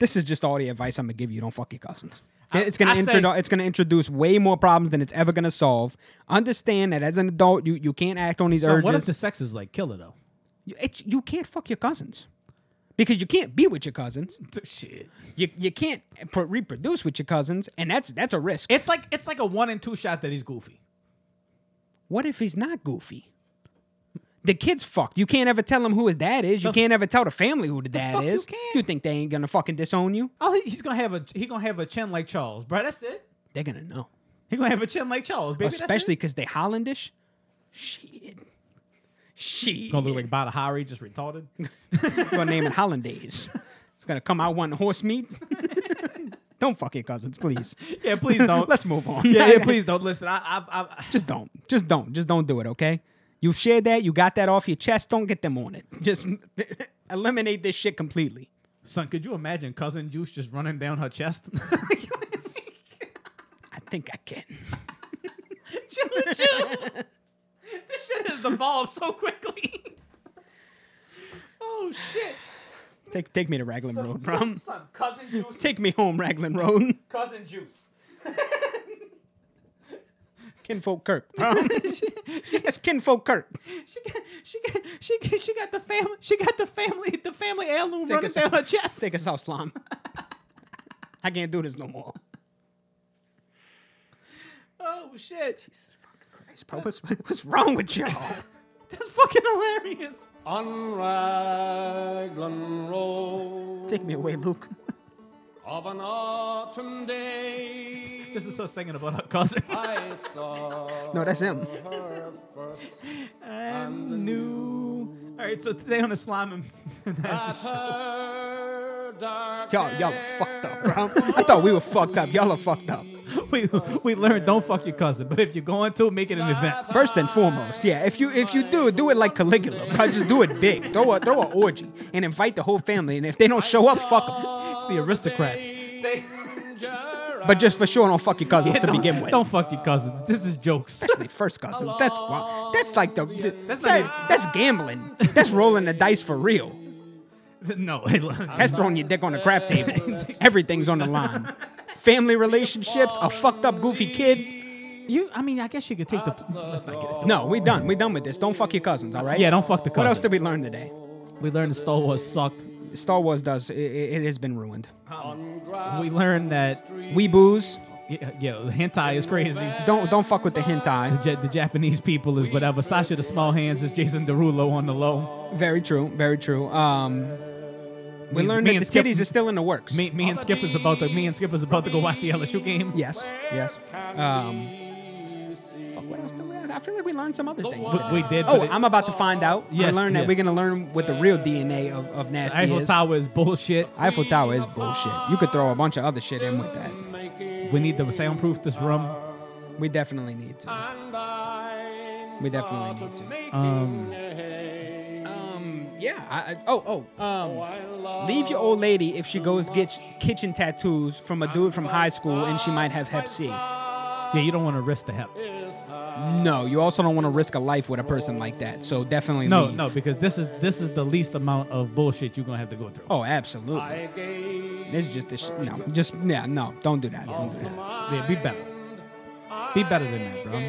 This is just all the advice I'm gonna give you. Don't fuck your cousins. I- it's gonna I say- introdu- it's gonna introduce way more problems than it's ever gonna solve. Understand that as an adult, you, you can't act on these So urges. what if the sex is like killer though? You- it's you can't fuck your cousins because you can't be with your cousins. Shit. You you can't pro- reproduce with your cousins, and that's that's a risk. It's like it's like a one and two shot that he's goofy. what if he's not goofy? The kid's fucked. You can't ever tell him who his dad is. You The- can't ever tell the family who the, dad fuck you is. can't. think they ain't gonna fucking disown you? Oh, he- he's gonna have a he gonna have a chin like Charles, bro. That's it. They're gonna know, He gonna have a chin like Charles, baby. that's it. especially because they Hollandish. Shit, shit. gonna look like Badahari, just retarded. gonna name it Hollandaise. It's gonna come out wanting horse meat. don't fuck your cousins, please. yeah, please don't. Let's move on. Yeah, yeah, please don't listen. I, I, I Just don't. Just don't. Just don't do it, okay? You've shared that. You got that off your chest. Don't get them on it. Just eliminate this shit completely. son, could you imagine cousin Juice just running down her chest? think I can. Chilla Chill. this shit has evolved so quickly. oh shit! Take take me to Raglan Road, bro. some, some cousin juice. Take me home, Raglan Road. cousin juice. Kinfolk Kirk, bro. That's Kinfolk Kirk. She got, she got, she got, she got the family. She got the family, the family heirloom running us down out. her chest. Take us out, Slum. I can't do this no more. Oh shit! Jesus fucking Christ, bro. What's, what's wrong with y'all? That's fucking hilarious. On Raglan Road Take me away, Luke. of an autumn day, This is her singing about her cousin. I saw No, that's him. her first and new. All right, so today on the slime and at her dark Y'all, y'all are fucked up, bro. I thought we were fucked up. Y'all are fucked up. we we learned don't fuck your cousin, but if you're going to, make it an event. First and foremost, yeah. If you if you do, do it like Caligula, bro. Just do it big. Throw a throw a orgy and invite the whole family. And if they don't show up, fuck 'em. It's the aristocrats. They But just for sure, don't fuck your cousins to don't, begin with. don't fuck your cousins. This is jokes. Especially first cousins. That's wow. That's like the, the- That's not that- even- that's gambling. That's rolling the dice for real. no, That's throwing your dick on the crap table. Everything's on the line. Family relationships, a fucked up goofy kid. you. I mean, I guess you could take the. Let's not get into No, we done. We done with this. Don't fuck your cousins, all right? it. Yeah, don't fuck the cousin. What else did we learn today? we learned? The Star Wars sucked. Star Wars does. It, it, it has been ruined. We learned that Weeboos. yeah, yeah hentai is crazy. Don't don't fuck with the hentai. Ja- the Japanese people is whatever. Sasha the Small Hands is Jason Derulo on the low. Very true. Very true. Um, we Me- learned me that and the Skip- titties is still in the works. Me, me and Skip is about to. Me and Skip is about to go watch the LSU game. Yes. Yes. Um, fuck. What else? Did we, I feel like we learned some other things. today. We, we did. Oh, but it- I'm about to find out. Yes, I learned that yeah. we're gonna learn what the real DNA of, of nasty Eiffel is. Tower is bullshit. Eiffel Tower is bullshit. You could throw a bunch of other shit in with that. We need to soundproof this room. We definitely need to. We definitely need to. Um, Um, yeah. I, I- oh, oh. Um, leave your old lady if she goes get kitchen tattoos from a dude from high school and she might have Hep C. yeah, you don't want to risk the hemp. No, you also don't want to risk a life with a person like that. So definitely No, leave. no, because this is this is the least amount of bullshit you're gonna have to go through. Oh, absolutely. This is just the sh- no. Just yeah, no. Don't do that. Don't do that. Yeah, be better. Be better than that, bro.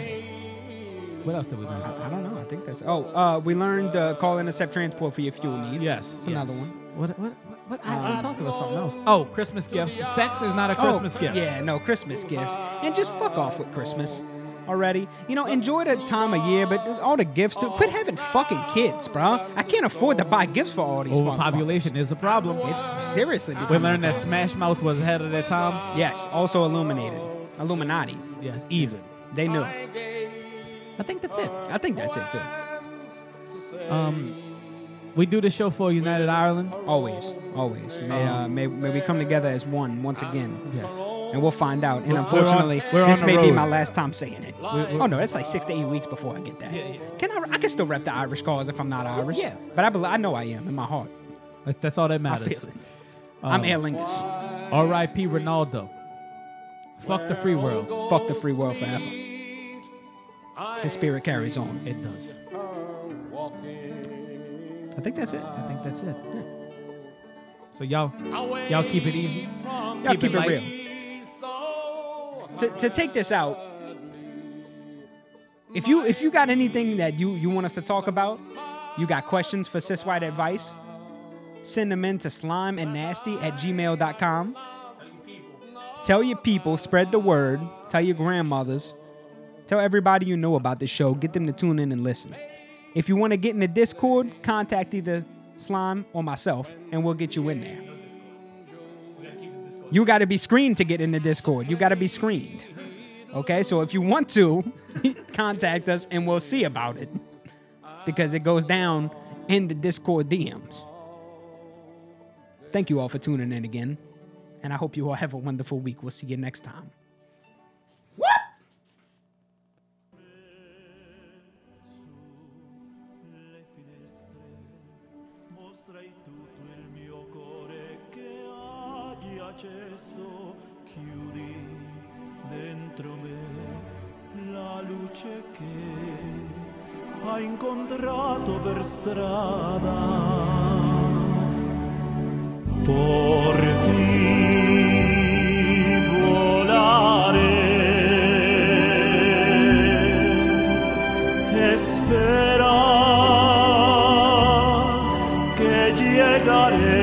What else did we learn? I don't know. I think that's. Oh, uh, we learned uh, call intercept transport for your fuel needs. Yes, it's another yes. one. What? What? What? what? I, I talked about something else. Oh, Christmas gifts. Sex is not a Oh, Christmas gift. Yeah, no, Christmas gifts. And just fuck off with Christmas already. You know, enjoy the time of year, but all the gifts, dude, quit having fucking kids, bro. I can't afford to buy gifts for all these Oh, Overpopulation is a problem. motherfuckers. It's seriously we becoming- learned that Smash Mouth was ahead of their time. Yes, also illuminated. Illuminati. Yes, even. They knew. I think that's it. I think that's it, too. Um, we do this show for United Ireland. Always, always. May, uh, may, may we come together as one once again. Um, Yes. And we'll find out. And unfortunately, we're on this the may be road. my last time saying it. we're- oh no, that's like six to eight weeks before I get that. Yeah, yeah. Can I? I can still rep the Irish cause if I'm not Irish. Yeah. but I believe, I know I am in my heart. That- That's all that I matters. feel it. Um, I'm Aer Lingus. R.I.P. Ronaldo. Fuck the free world. Fuck the free world forever. His spirit carries on. It does. I think that's it. I think that's it. So y'all, y'all keep it easy. Y'all keep, it it, light. real. To, to take this out, if you if you got anything that you you want us to talk about, you got questions for cis white advice, send them in to slime and nasty at gmail.com. Tell your people, spread the word, tell your grandmothers, tell everybody you know about the show, get them to tune in and listen. If you want to get in the Discord, contact either Slime or myself, and we'll get you in there. You got to be screened to get in the Discord. You got to be screened. Okay, so if you want to, contact us and we'll see about it because it goes down in the Discord DMs. Thank you all for tuning in again, and I hope you all have a wonderful week. We'll see you next time. Mostrai tutto il mio cuore che aghi accesso, chiudi dentro me la luce che ha incontrato per strada por ti volare espera que llegaré